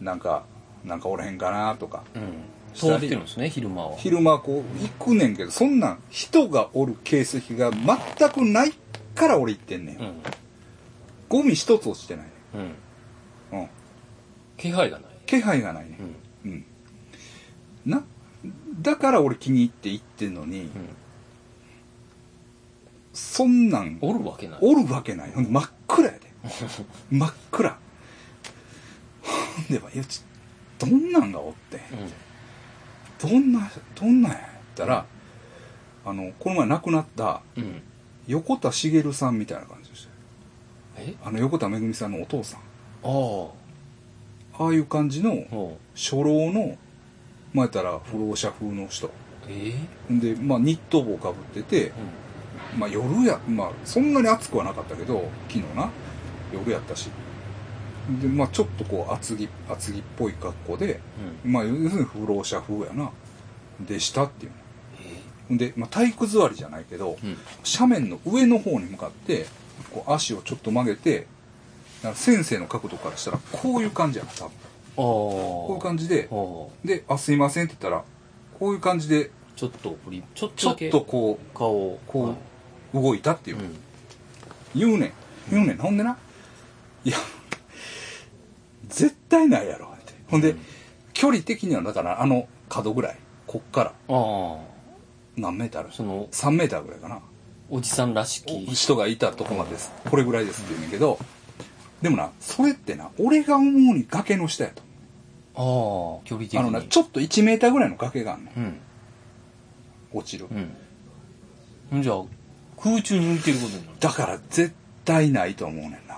Speaker 2: う、ん
Speaker 1: なんかなんかおらへんかなとか
Speaker 2: うん通ってるんですね昼間は
Speaker 1: 昼間こう行くねんけどそんなん人がおる形跡が全くないから俺行ってんねん、
Speaker 2: うん
Speaker 1: ゴミ一つ落ちてないね
Speaker 2: うん
Speaker 1: ん、うん、
Speaker 2: 気配がない
Speaker 1: 気配がないねん
Speaker 2: うん
Speaker 1: うん、なだから俺気に入って行ってんのに、
Speaker 2: うん
Speaker 1: そんなん
Speaker 2: おるわけない
Speaker 1: おるわけないほんで真っ暗や
Speaker 2: <laughs>
Speaker 1: で真っ暗ほんでばいやちどんなんがおって
Speaker 2: うん
Speaker 1: どんなどんなんやったらあのこの前亡くなった
Speaker 2: うん
Speaker 1: 横田茂さんみたいな感じでしたよ
Speaker 2: え
Speaker 1: あの横田めぐみさんのお父さん
Speaker 2: ああほ
Speaker 1: ああいう感じの
Speaker 2: う
Speaker 1: 初老のまあやったら不老者風の人
Speaker 2: え
Speaker 1: で、まあ、ニット帽かぶってて、まあ夜や、まあそんなに暑くはなかったけど、昨日な、夜やったし。で、まあちょっとこう厚着、厚着っぽい格好で、
Speaker 2: うんうん
Speaker 1: まあ要するに不老者風やな、でしたっていう
Speaker 2: え
Speaker 1: の。で、まあ体育座りじゃないけど、
Speaker 2: うん
Speaker 1: 斜面の上の方に向かって、こう足をちょっと曲げて、だから先生の角度からしたらこういう感じやな、多分。
Speaker 2: ああ
Speaker 1: こうい
Speaker 2: こ
Speaker 1: う感じで、
Speaker 2: あ
Speaker 1: で、あ、すいませんって言ったら、こういう感じで、
Speaker 2: ちょっと振りちょっ
Speaker 1: ち
Speaker 2: と
Speaker 1: ょ
Speaker 2: だ
Speaker 1: っ
Speaker 2: け
Speaker 1: とこ
Speaker 2: 顔を
Speaker 1: う、こう、動いたっていうう。
Speaker 2: ん
Speaker 1: 言うねん言うねんほんでないや絶対ないやろってほんで、
Speaker 2: うん
Speaker 1: 距離的にはだからあの角ぐらいこっから
Speaker 2: あ
Speaker 1: 何メータ
Speaker 2: あそ
Speaker 1: ー
Speaker 2: の
Speaker 1: 3メーターぐらいかな
Speaker 2: おじさんらしき
Speaker 1: 人がいたとこまでですこれぐらいですって言うねんけど、でもな、それってな、俺が思うに崖の下やと。
Speaker 2: ああ、距離的に。
Speaker 1: あのな、ちょっと1メーターぐらいの崖があんね
Speaker 2: うん。
Speaker 1: ん。落ちる。
Speaker 2: うん。じゃあ、空中に浮いてることになる。
Speaker 1: だから絶対ないと思うねんな、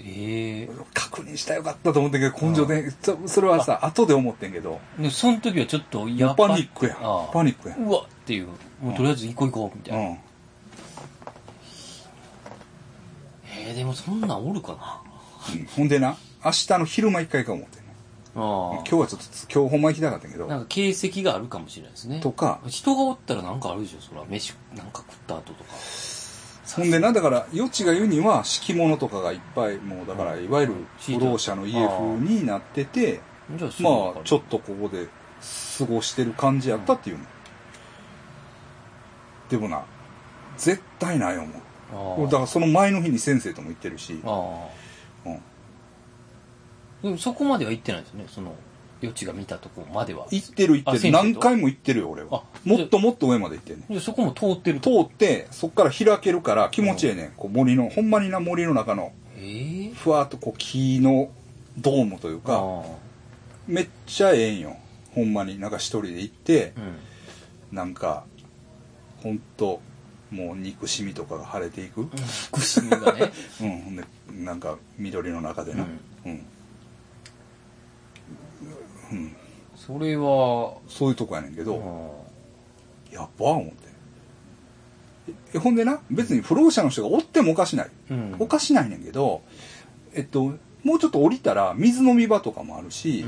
Speaker 2: ええ
Speaker 1: 俺。確認したらよかったと思ってんけど、根性で、そそれはさ、後で思ってんけど、
Speaker 2: で、その時はちょっと、や
Speaker 1: パニックや
Speaker 2: ああ
Speaker 1: パニックや
Speaker 2: うわっていう。もうとりあえず行こう行こう、みたいな。
Speaker 1: うん。
Speaker 2: ええ、でもそんなんおるかな。
Speaker 1: うんほんでな、明日の昼間一回か思ってね。
Speaker 2: あ
Speaker 1: 今日はちょっと、今日ほんま行きたかったんやけ
Speaker 2: あ。な
Speaker 1: ど、
Speaker 2: んか形跡があるかもしれないですね。
Speaker 1: とか、
Speaker 2: 人がおったらなんかあるでしょ、そら。飯、なんか食った後とか。
Speaker 1: ほんでな、だから、余地が言うには、敷物とかがいっぱい、もうだから、いわゆる、不老者の家風になってて、
Speaker 2: じゃあ、そう
Speaker 1: ま
Speaker 2: な
Speaker 1: あ
Speaker 2: ん、か
Speaker 1: ちょっとここで過ごしてる感じやったっていうの。でもな、絶対ない思う。だ
Speaker 2: あ
Speaker 1: から、その前の日に先生とも行ってるし
Speaker 2: あ。、ああ。
Speaker 1: うん
Speaker 2: でもそこまでは行ってないですね、その、余地が見たとこまでは。
Speaker 1: 行ってる行ってる。
Speaker 2: あ先生と
Speaker 1: 何回も行ってるよ、俺は
Speaker 2: あ。
Speaker 1: もっともっと上まで行ってんね。
Speaker 2: でそこも通ってると。
Speaker 1: 通って、そっから開けるから気持ちええねん。こう森の、ほんまにな森の中の、
Speaker 2: ええ
Speaker 1: ふわっとこう木のドームというか、
Speaker 2: あ
Speaker 1: めっちゃええんよ。ほんまに。なんか一人で行って
Speaker 2: あ。う、ん。
Speaker 1: なんか、ほんと、もう憎しみとかが晴れていく。 <laughs> うん。
Speaker 2: 苦しみがね。
Speaker 1: ほんで、なんか緑の中でな。うん。うん。
Speaker 2: それは、
Speaker 1: そういうとこやねんけど、
Speaker 2: うん
Speaker 1: やっぱ思って。えほんでな、別に不老者の人がおってもおかしない。
Speaker 2: うん
Speaker 1: おかしないねんけど、えっと、もうちょっと降りたら水飲み場とかもあるし、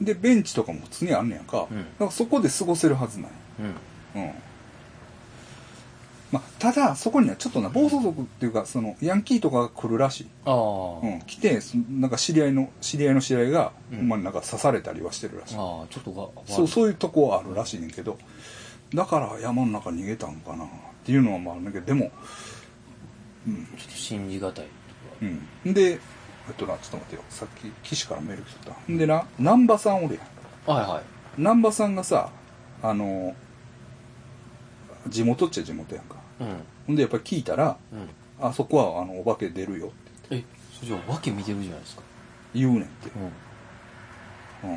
Speaker 2: うん
Speaker 1: で、ベンチとかも常にあんねやんか。
Speaker 2: うん
Speaker 1: だからそこで過ごせるはずなんや
Speaker 2: うん
Speaker 1: うん。まあ、ただ、そこにはちょっとな、暴走族っていうか、その、ヤンキーとかが来るらしい。
Speaker 2: ああ、
Speaker 1: う
Speaker 2: あ
Speaker 1: ん。来て、そのなんか知り合いの、知り合いの知り合いが、
Speaker 2: うん
Speaker 1: ほんまになんか刺されたりはしてるらしい。
Speaker 2: あちょっとが
Speaker 1: そう、そういうとこはあるらしいねんけど、だから山の中逃げたんかなっていうのはまああるんだけど、でも、うん、
Speaker 2: ちょっと信じがたい
Speaker 1: うん。で、えっとな、ちょっと待ってよ。さっき、岸からメール来てた。んでな、南波さんおるやん。
Speaker 2: はいはい
Speaker 1: 南波さんがさ、あの、地元っちゃ地元やんか。
Speaker 2: うん
Speaker 1: ほんでやっぱり聞いたら、
Speaker 2: うん
Speaker 1: あそこはあの、お化け出るよって
Speaker 2: えそれじゃあ訳見てるじゃないですか
Speaker 1: 言うねんって。
Speaker 2: うん
Speaker 1: うん。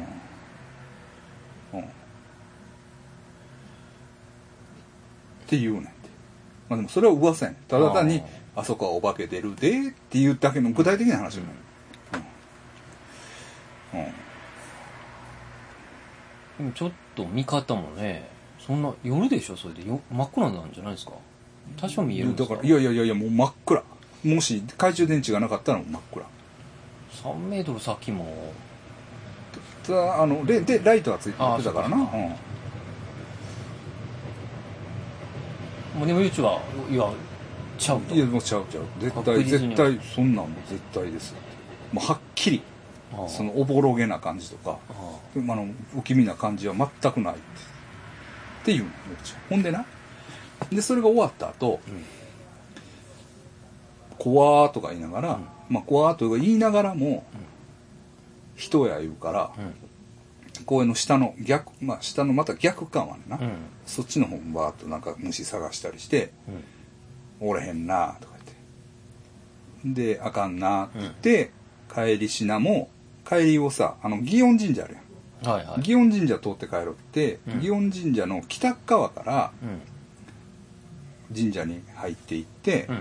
Speaker 1: うん。って言うねんて。まあでもそれは噂やねん。ただ単に、あそこはお化け出るでっていうだけの具体的な話よね。うん。うん
Speaker 2: でもちょっと見方もねそんな夜でしょそれでよ真っ暗なんじゃないですか多少見えるんで
Speaker 1: だ
Speaker 2: すか
Speaker 1: からいやいやいやいやもう真っ暗もし懐中電池がなかったらもう真っ暗
Speaker 2: 3メートル先も
Speaker 1: ただあのレでライトはついて
Speaker 2: あー
Speaker 1: たからな
Speaker 2: そうか
Speaker 1: うん
Speaker 2: もうでもゆうちはいやちゃうと
Speaker 1: いやもうちゃうちゃう絶
Speaker 2: 確
Speaker 1: 対
Speaker 2: 実
Speaker 1: 絶
Speaker 2: に
Speaker 1: 対そんなんもう絶対ですよもうはっきり
Speaker 2: ああ
Speaker 1: そのおぼろげな感じとか
Speaker 2: あ
Speaker 1: あ
Speaker 2: あ
Speaker 1: の不気味な感じは全くないってっていうのもうちゃんほんでなでそれが終わった後
Speaker 2: うん
Speaker 1: 怖ーとか言いながら、
Speaker 2: ん
Speaker 1: まあ怖ーとか言いながらも、
Speaker 2: ん
Speaker 1: 人や言うから、
Speaker 2: う
Speaker 1: 公園の下の逆まあ下のまた逆感はねな、
Speaker 2: んうん
Speaker 1: そっちの方もバーっとなんか虫探したりして
Speaker 2: うん
Speaker 1: 「おれへんな」とか言ってで「あかんな」って言って、帰りしなも帰りをさあの祇園神社あるやん、
Speaker 2: はいはい
Speaker 1: 祇園神社通って帰ろうって、
Speaker 2: うん
Speaker 1: 祇園神社の北側から
Speaker 2: うん
Speaker 1: 神社に入っていって
Speaker 2: う、ん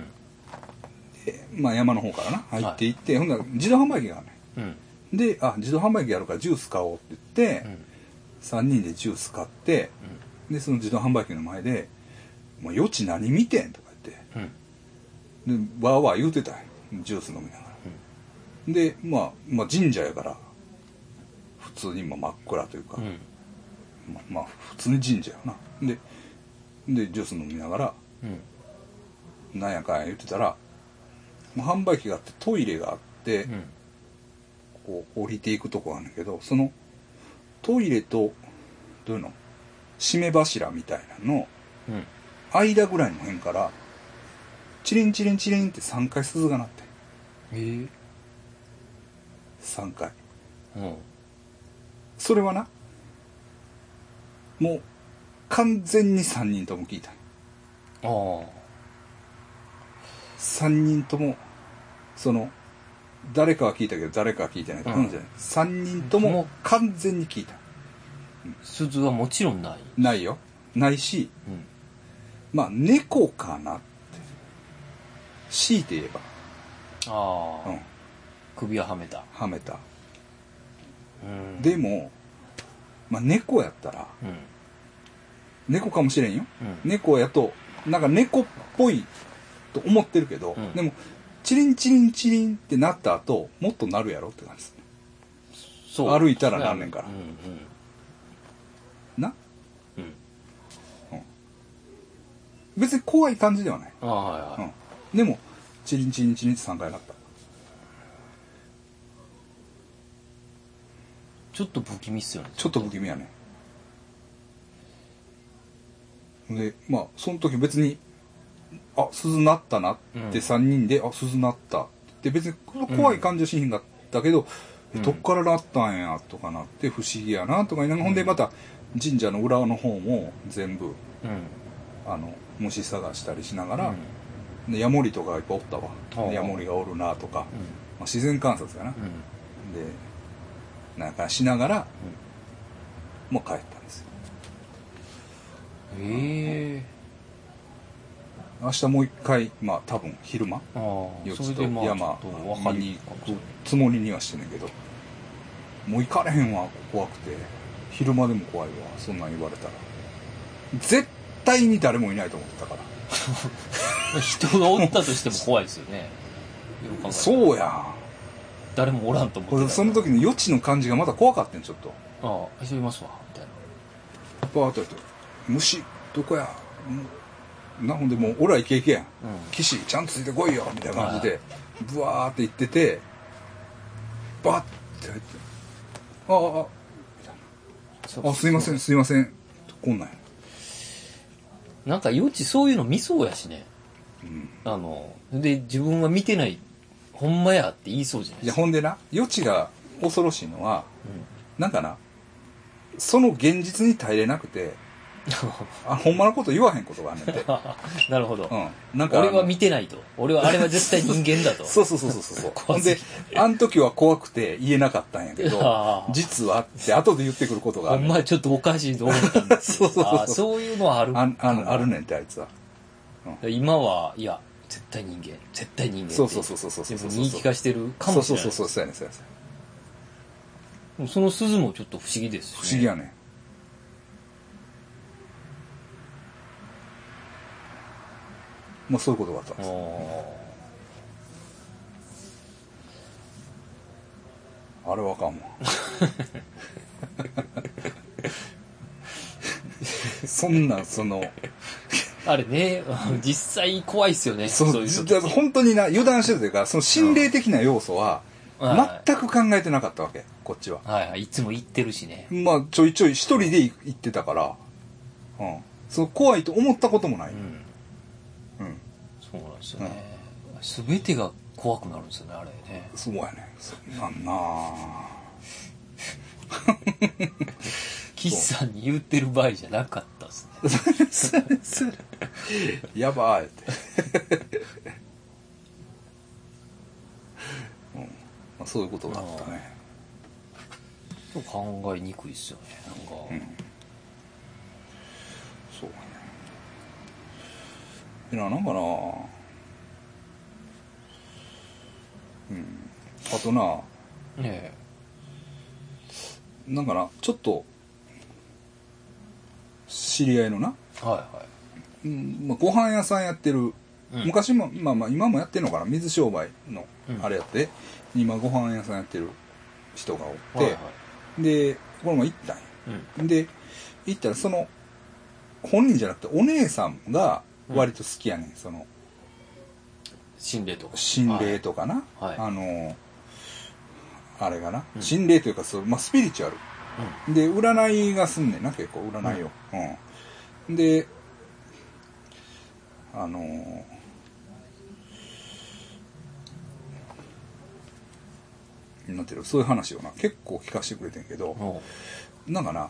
Speaker 1: でまあ、山の方からな入っていって、ほんなら自動販売機があるねん
Speaker 2: うん
Speaker 1: であ自動販売機あるからジュース買おうって言って、
Speaker 2: うん
Speaker 1: 3人でジュース買ってでその自動販売機の前で「もう余地何見てん」とか言って
Speaker 2: うん
Speaker 1: でわーわー言うてたんよジュース飲みながら、で、まあ、まあ神社やから普通にまあ真っ暗というか、
Speaker 2: うん
Speaker 1: まあまあ普通に神社やなででジュース飲みながら
Speaker 2: うん
Speaker 1: なんやかんや言ってたらもう販売機があってトイレがあって、
Speaker 2: うん
Speaker 1: こう降りていくとこがあるんだけどそのトイレとどういうの締め柱みたいなの
Speaker 2: うん
Speaker 1: 間ぐらいの辺からチリンチリンチリンって3回鈴が鳴って
Speaker 2: えー
Speaker 1: 3回
Speaker 2: うん
Speaker 1: それはなもう完全に3人とも聞いた
Speaker 2: ああ
Speaker 1: 3人ともその、誰かは聞いたけど、誰かは聞いてないとか、
Speaker 2: うん
Speaker 1: うんじゃない。3人とも完全に聞いた。
Speaker 2: 鈴はもちろんない。
Speaker 1: ないよ。ないし、
Speaker 2: うん。
Speaker 1: まあ、猫かなって。強いて言えば、
Speaker 2: ああ、
Speaker 1: うん、
Speaker 2: 首ははめた。
Speaker 1: はめた。
Speaker 2: うん。
Speaker 1: でも、まあ、猫やったら、
Speaker 2: うん。
Speaker 1: 猫かもしれんよ。
Speaker 2: うん。
Speaker 1: 猫やと、なんか猫っぽいと思ってるけど、
Speaker 2: うん
Speaker 1: でも、チリンチリンチリンってなった後、もっとなるやろって感じですね。
Speaker 2: そう。
Speaker 1: 歩いたらなんねんから
Speaker 2: うん
Speaker 1: な
Speaker 2: うん。うん。
Speaker 1: 別に怖い感じではない。
Speaker 2: ああ、はいはい。
Speaker 1: うん。でも、チリンチリンチリンって3回なった。
Speaker 2: ちょっと不気味っすよね。
Speaker 1: ちょっと不気味やね。で、まあ、その時別に、あ、鈴鳴ったなって
Speaker 2: うん
Speaker 1: 3人で、あ、鈴鳴ったって別に怖い感じはしへんかったけど、
Speaker 2: うん
Speaker 1: えどっから鳴ったんやとかなって不思議やなとか言いながら、ほんでまた神社の裏の方も全部、
Speaker 2: うん。
Speaker 1: あの、虫探したりしながら
Speaker 2: うん、
Speaker 1: でヤモリとかいっぱいおったわ。
Speaker 2: ああ
Speaker 1: でヤモリがおるなとか、まあ、自然観察やな。
Speaker 2: うん。うん。
Speaker 1: で、なんかしながら、もう帰ったんですよ。
Speaker 2: ええ
Speaker 1: 明日もう一回まあ多分昼間
Speaker 2: ああ、
Speaker 1: 夜
Speaker 2: そ
Speaker 1: ち
Speaker 2: れ
Speaker 1: と
Speaker 2: でまあ、ちょ
Speaker 1: 山
Speaker 2: っと分か
Speaker 1: 見に
Speaker 2: り
Speaker 1: 行くつもりにはしてんねんけどもう行かれへんわ怖くて昼間でも怖いわそんなん言われたら絶対に誰もいないと思ってたから
Speaker 2: 人がおったとしても怖いですよね。よく考えたら
Speaker 1: そうやん
Speaker 2: 誰もおらんと思って
Speaker 1: これその時の余地の感じがまだ怖かったんちょっと
Speaker 2: ああ人いますわみたいな
Speaker 1: バーッとやって「虫どこや?うん」なほんでもう俺はイケイケやん
Speaker 2: うん
Speaker 1: 岸ちゃんとついてこいよみたいな感じ
Speaker 2: は
Speaker 1: でブワーって行っててバッて入って「あああ
Speaker 2: そう
Speaker 1: あすいませんすいません」こんなんや
Speaker 2: なんか余地そういうの見そうやしね
Speaker 1: うん
Speaker 2: あので自分は見てないほんまやって言いそうじゃない
Speaker 1: い
Speaker 2: で
Speaker 1: や
Speaker 2: すか
Speaker 1: ほんでな余地が恐ろしいのはなんかなその現実に耐えれなくてあほんまのこと言わへんことがあんねん
Speaker 2: <laughs>
Speaker 1: て
Speaker 2: うんなるほど、
Speaker 1: うんなんか
Speaker 2: 俺は見てないと俺はあれは絶対人間だ
Speaker 1: <laughs>
Speaker 2: と
Speaker 1: そうそうそうそうそうほ
Speaker 2: <laughs> 怖
Speaker 1: ん
Speaker 2: すぎ
Speaker 1: で
Speaker 2: る
Speaker 1: あん時は怖くて言えなかったんやけど
Speaker 2: あー
Speaker 1: 実はって後で言ってくることがあ
Speaker 2: ほ
Speaker 1: るね
Speaker 2: ん
Speaker 1: ん
Speaker 2: まちょっとおかしいと思ったんですけ
Speaker 1: <laughs> そうそう
Speaker 2: ど
Speaker 1: そう
Speaker 2: ああそういうのはある
Speaker 1: あんあんあるねんってあいつは
Speaker 2: 今はいや絶対人間絶対人間って
Speaker 1: そうそうそうそうそうそうそう
Speaker 2: 自分に言い聞かしてるかもしれない
Speaker 1: そうそうそうそうそうやねんそうやねん
Speaker 2: その鈴もちょっと不思議ですしね
Speaker 1: 不思議やねんまあそういうことがあったん
Speaker 2: あ
Speaker 1: ですあれはあ
Speaker 2: <laughs>
Speaker 1: かんわそんなんその
Speaker 2: ーあれね、 <laughs> 実際怖いっすよね。
Speaker 1: そ
Speaker 2: そうういう
Speaker 1: だ
Speaker 2: の
Speaker 1: から本当にな油断してるというかその心霊的な要素は
Speaker 2: うんはい
Speaker 1: 全く考えてなかったわけこっちは
Speaker 2: はいはい、いつも言ってるしね。、
Speaker 1: まあちょいちょい一人で行ってたから、うん、その怖いと思ったこともないう
Speaker 2: ん。
Speaker 1: うん、
Speaker 2: そうなんですよね。すべてが怖くなるんですよね、あれね。
Speaker 1: そうやねそんなんなあ
Speaker 2: 岸さんに言ってる場合じゃなかったですね。
Speaker 1: やばいって、 <laughs> うんまあ、そういうことがあったね
Speaker 2: ちょっと考えにくいっすよね、なんか。
Speaker 1: そうだねいやなんかなうんあとな
Speaker 2: ね
Speaker 1: なんかなちょっと知り合いのな、
Speaker 2: え。はいは
Speaker 1: うんまあ、ご飯屋さんやってる、
Speaker 2: うん
Speaker 1: 昔もまあまあ今もやってるのかな水商売の
Speaker 2: うん
Speaker 1: あれやって、今ご飯屋さんやってる人がおって、
Speaker 2: い。はいはい。
Speaker 1: でこれも行ったんや
Speaker 2: うん。
Speaker 1: で行ったらその本人じゃなくてお姉さんが割と好きやねん、その
Speaker 2: 心霊とか。
Speaker 1: 心
Speaker 2: は
Speaker 1: 霊
Speaker 2: い。
Speaker 1: とかな、
Speaker 2: はい
Speaker 1: あのあれがな、
Speaker 2: うん
Speaker 1: 心霊というかそう、まあ、スピリチュアルで占いがすんねんな結構占いを、うんであのなんていうのそういう話をな結構聞かせてくれてんけど、
Speaker 2: うん。おう
Speaker 1: なんかな、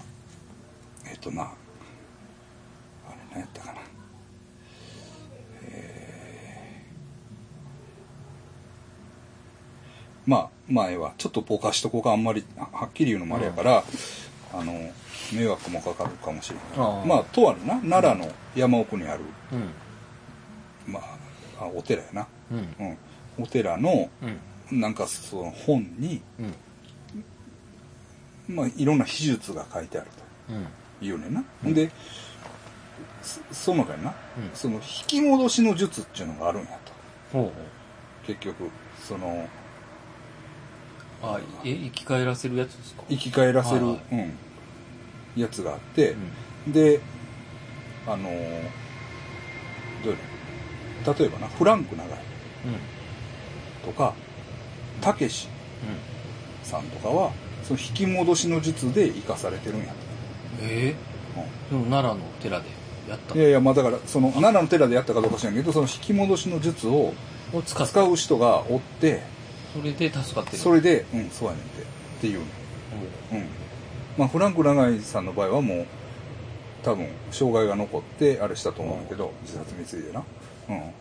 Speaker 1: えっとな、あれ何やったかな。えまあ、前は、ちょっとポーカーしとこうか、あんまり、ははっきり言うのもあれやから、あの、迷惑もかかるかもしれ
Speaker 2: あ
Speaker 1: な
Speaker 2: あ
Speaker 1: い。まあ、とあるな、奈良の山奥にある、
Speaker 2: うん。
Speaker 1: まあ、あお寺やな。
Speaker 2: うん。
Speaker 1: うん。お寺の、
Speaker 2: うん。
Speaker 1: なんかその本に、
Speaker 2: うん。
Speaker 1: まあ、いろんな秘術が書いてある
Speaker 2: うん。
Speaker 1: というねんな。
Speaker 2: うん
Speaker 1: で、そその中にな、
Speaker 2: うん
Speaker 1: その引き戻しの術っていうのがあるんやと。
Speaker 2: ほうほう。
Speaker 1: 結局、その、
Speaker 2: あ、え、生き返らせるやつですか
Speaker 1: 生き返らせる、
Speaker 2: はいは
Speaker 1: うん、やつがあって、で、あのーどういうの例えばな、フランク長井
Speaker 2: うん。う
Speaker 1: と
Speaker 2: ん。
Speaker 1: か、たけしさんとかは、その引き戻しの術で生かされてるんやと。
Speaker 2: うん。え
Speaker 1: うん
Speaker 2: ー、でも奈良の寺でやった
Speaker 1: いやいや、まあだから、その、奈良の寺でやったかどうか知らんけど、その引き戻しの術を
Speaker 2: を使った。
Speaker 1: 使う人がおって、
Speaker 2: それで助かってる。
Speaker 1: それで、うん、そうやねんて、っていうの。うん。まあ、フランク長井さんの場合はもう、多分、障害が残って、あれしたと思うんだけど、自殺未遂でな。うん。っ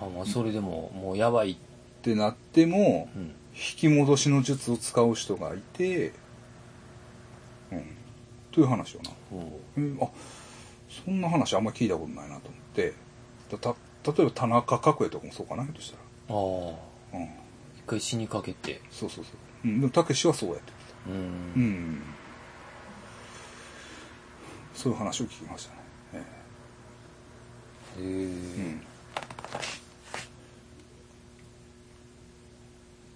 Speaker 2: あ、まあ、それでも、もうやばい。
Speaker 1: てなっても、
Speaker 2: うん。
Speaker 1: 引き戻しの術を使う人がいて、うん。という話をな。
Speaker 2: ほ
Speaker 1: えーあそんな話あんま聞いたことないなと思ってたた例えば田中角栄とかもそうかなひょっとした
Speaker 2: うああ。
Speaker 1: らうん
Speaker 2: 一回死にかけて。
Speaker 1: そうそうそう、うん、でもたけしはそうやって
Speaker 2: う。
Speaker 1: うんんそういう話を聞きましたね、え
Speaker 2: へえ
Speaker 1: え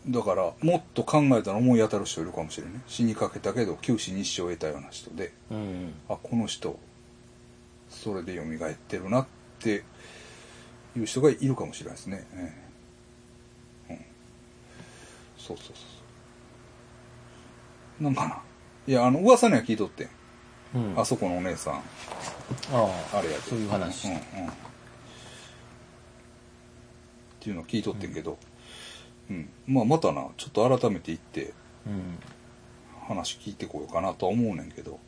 Speaker 1: うんだからもっと考えたら思い当たる人いるかもしれない死にかけたけど九死に一生を得たような人で
Speaker 2: うん。
Speaker 1: あこの人それで蘇ってるなっていう人がいるかもしれないですね、ええうん、そうそうそうそうなんかないやあの噂には聞いとってん
Speaker 2: うん。
Speaker 1: あそこのお姉さん
Speaker 2: ああ
Speaker 1: あれやで
Speaker 2: そういう話。
Speaker 1: うんうんっていうのを聞いとってんけど、うんまあ、またなちょっと改めて行って
Speaker 2: うん。
Speaker 1: 話聞いてこようかなとは思うねんけど、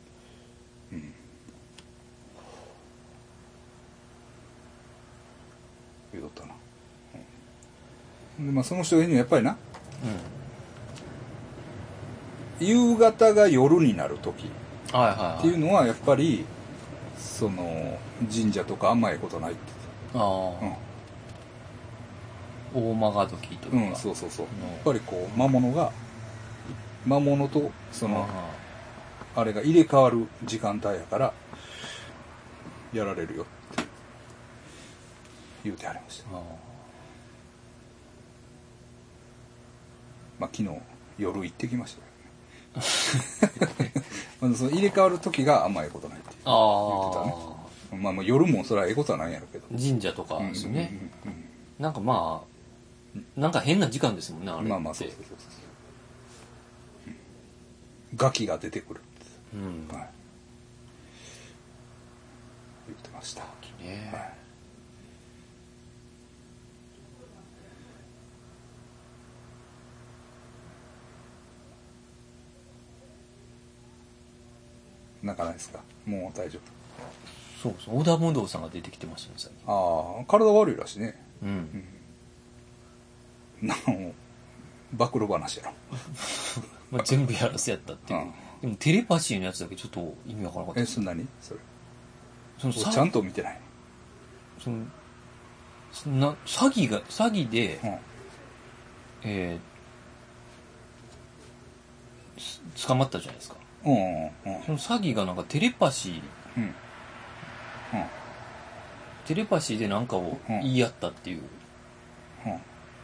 Speaker 1: うん、言うとったな、うんでまあ、その人が言うにはやっぱりな
Speaker 2: うん。
Speaker 1: 夕方が夜になる時
Speaker 2: はいはい、はい。
Speaker 1: っていうのはやっぱりその神社とかあんまええことないって
Speaker 2: ああ
Speaker 1: 言っ、
Speaker 2: 大間が時と
Speaker 1: てた、うん
Speaker 2: いうか。
Speaker 1: うん、そうそうそう
Speaker 2: うん
Speaker 1: やっぱりこう魔物が魔物とその
Speaker 2: あ
Speaker 1: あれが入れ替わる時間帯やから、やられるよって、言うてはりました
Speaker 2: あ。あ
Speaker 1: まあ昨日、夜行ってきましたけどね。 <laughs> まあその入れ替わる時が甘いことないってい言っ
Speaker 2: あ
Speaker 1: てう。
Speaker 2: あ
Speaker 1: まあもう夜もそれはええことはないんやろうけど。
Speaker 2: 神社とか
Speaker 1: うん
Speaker 2: ですよね、
Speaker 1: うんうん
Speaker 2: なんかまあ、なんか変な時間ですもんね、あれ
Speaker 1: う
Speaker 2: っ
Speaker 1: ん
Speaker 2: て。
Speaker 1: まあまあそうそうそうそううんガキが出てくるって、
Speaker 2: うん。
Speaker 1: はい、言ってました。
Speaker 2: ね
Speaker 1: はいなんかないですかもう大丈
Speaker 2: そうそう。織田文道さんが出てきてましたね、最近。
Speaker 1: 夫ああ体悪いらしいね
Speaker 2: うん。
Speaker 1: なお暴露話やろ
Speaker 2: まあ、全部やらせやったっていう。
Speaker 1: うん
Speaker 2: でも、テレパシーのやつだけちょっと意味わからなか
Speaker 1: え
Speaker 2: った。
Speaker 1: そんなにそれ
Speaker 2: その
Speaker 1: ちゃんと見てない
Speaker 2: そのそんな、詐欺が、詐欺で、
Speaker 1: うん
Speaker 2: えーす捕まったじゃないですか。
Speaker 1: うんうん
Speaker 2: その詐欺がなんかテレパシー、
Speaker 1: うんうん
Speaker 2: テレパシーでなんかを
Speaker 1: うん
Speaker 2: 言い合ったっていう
Speaker 1: うん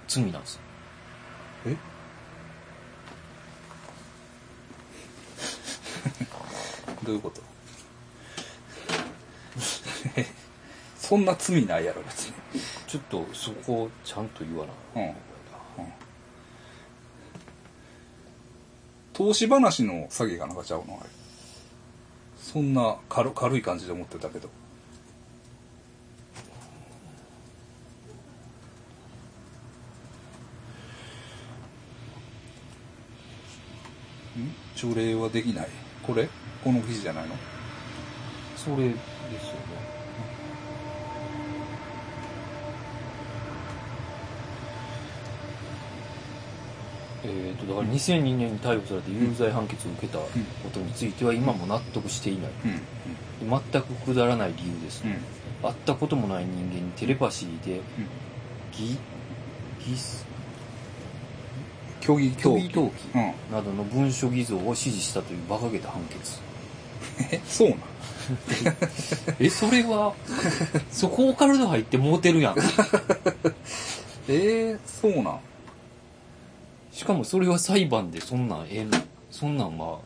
Speaker 2: 罪なんですよ。
Speaker 1: え <laughs> どういうこと <laughs> えそんな罪ないやろ別に、
Speaker 2: ちょっとそこをちゃんと言わな。
Speaker 1: うん、投資話の詐欺がなんかちゃうのあれそんな軽軽い感じで思ってたけどん除霊はできないこれこの記事じゃないの
Speaker 2: それですよね。
Speaker 1: う
Speaker 2: えー、とだから2002年に逮捕されて有罪判決を受けたことについては今も納得していない
Speaker 1: うんうん
Speaker 2: 全くくだらない理由です、
Speaker 1: うん
Speaker 2: 会ったこともない人間にテレパシー
Speaker 1: う
Speaker 2: で
Speaker 1: ん
Speaker 2: ぎぎす
Speaker 1: 競技
Speaker 2: 競技
Speaker 1: 登
Speaker 2: 登
Speaker 1: 記
Speaker 2: 記
Speaker 1: うん
Speaker 2: などの文書偽造を指示したという馬鹿げた判決
Speaker 1: えそうなん
Speaker 2: えそれは <laughs> そこオカルト入ってモテるやん
Speaker 1: えー、そうなん
Speaker 2: しかもそれは裁判でそんなんええのそんなんは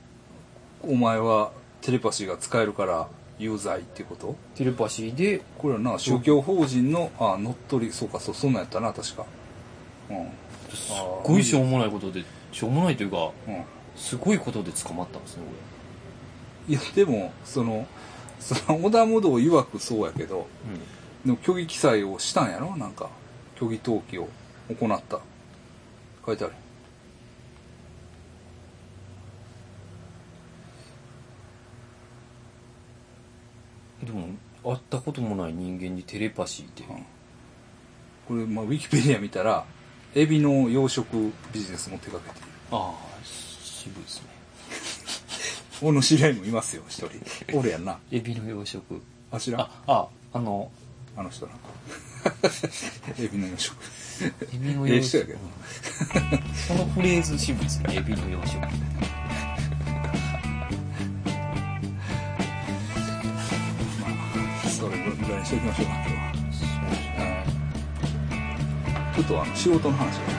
Speaker 1: お前はテレパシーが使えるから有罪っていうこと
Speaker 2: テレパシーで
Speaker 1: これはな宗教法人のあ乗っ取りそうかそうそんなんやったな確かうん
Speaker 2: すっごいしょうもないことでしょうもないというか
Speaker 1: うん
Speaker 2: すごいことで捕まったんですね
Speaker 1: いやでもそのその織田無道曰くそうやけど
Speaker 2: 俺、うん、
Speaker 1: でも虚偽記載をしたんやろなんか虚偽登記を行った書いてある
Speaker 2: でも会ったこともない人間にテレパシーで、
Speaker 1: うんこれ、まあ、ウィキペディア見たらエビの養殖ビジネスも手掛けている
Speaker 2: ああ渋いですね
Speaker 1: 俺の知り合いもいますよ一人俺やんな
Speaker 2: エビの養殖
Speaker 1: あ知らん
Speaker 2: あああの
Speaker 1: あの人なんかエビの養殖
Speaker 2: エビ
Speaker 1: <laughs>
Speaker 2: の
Speaker 1: え
Speaker 2: 養
Speaker 1: え人や
Speaker 2: 殖
Speaker 1: けど
Speaker 2: そのフレーズ渋いですねエ
Speaker 1: <laughs>
Speaker 2: ビの養殖
Speaker 1: それぐらいにしておきましょうか今日はちょっとあの仕事の話が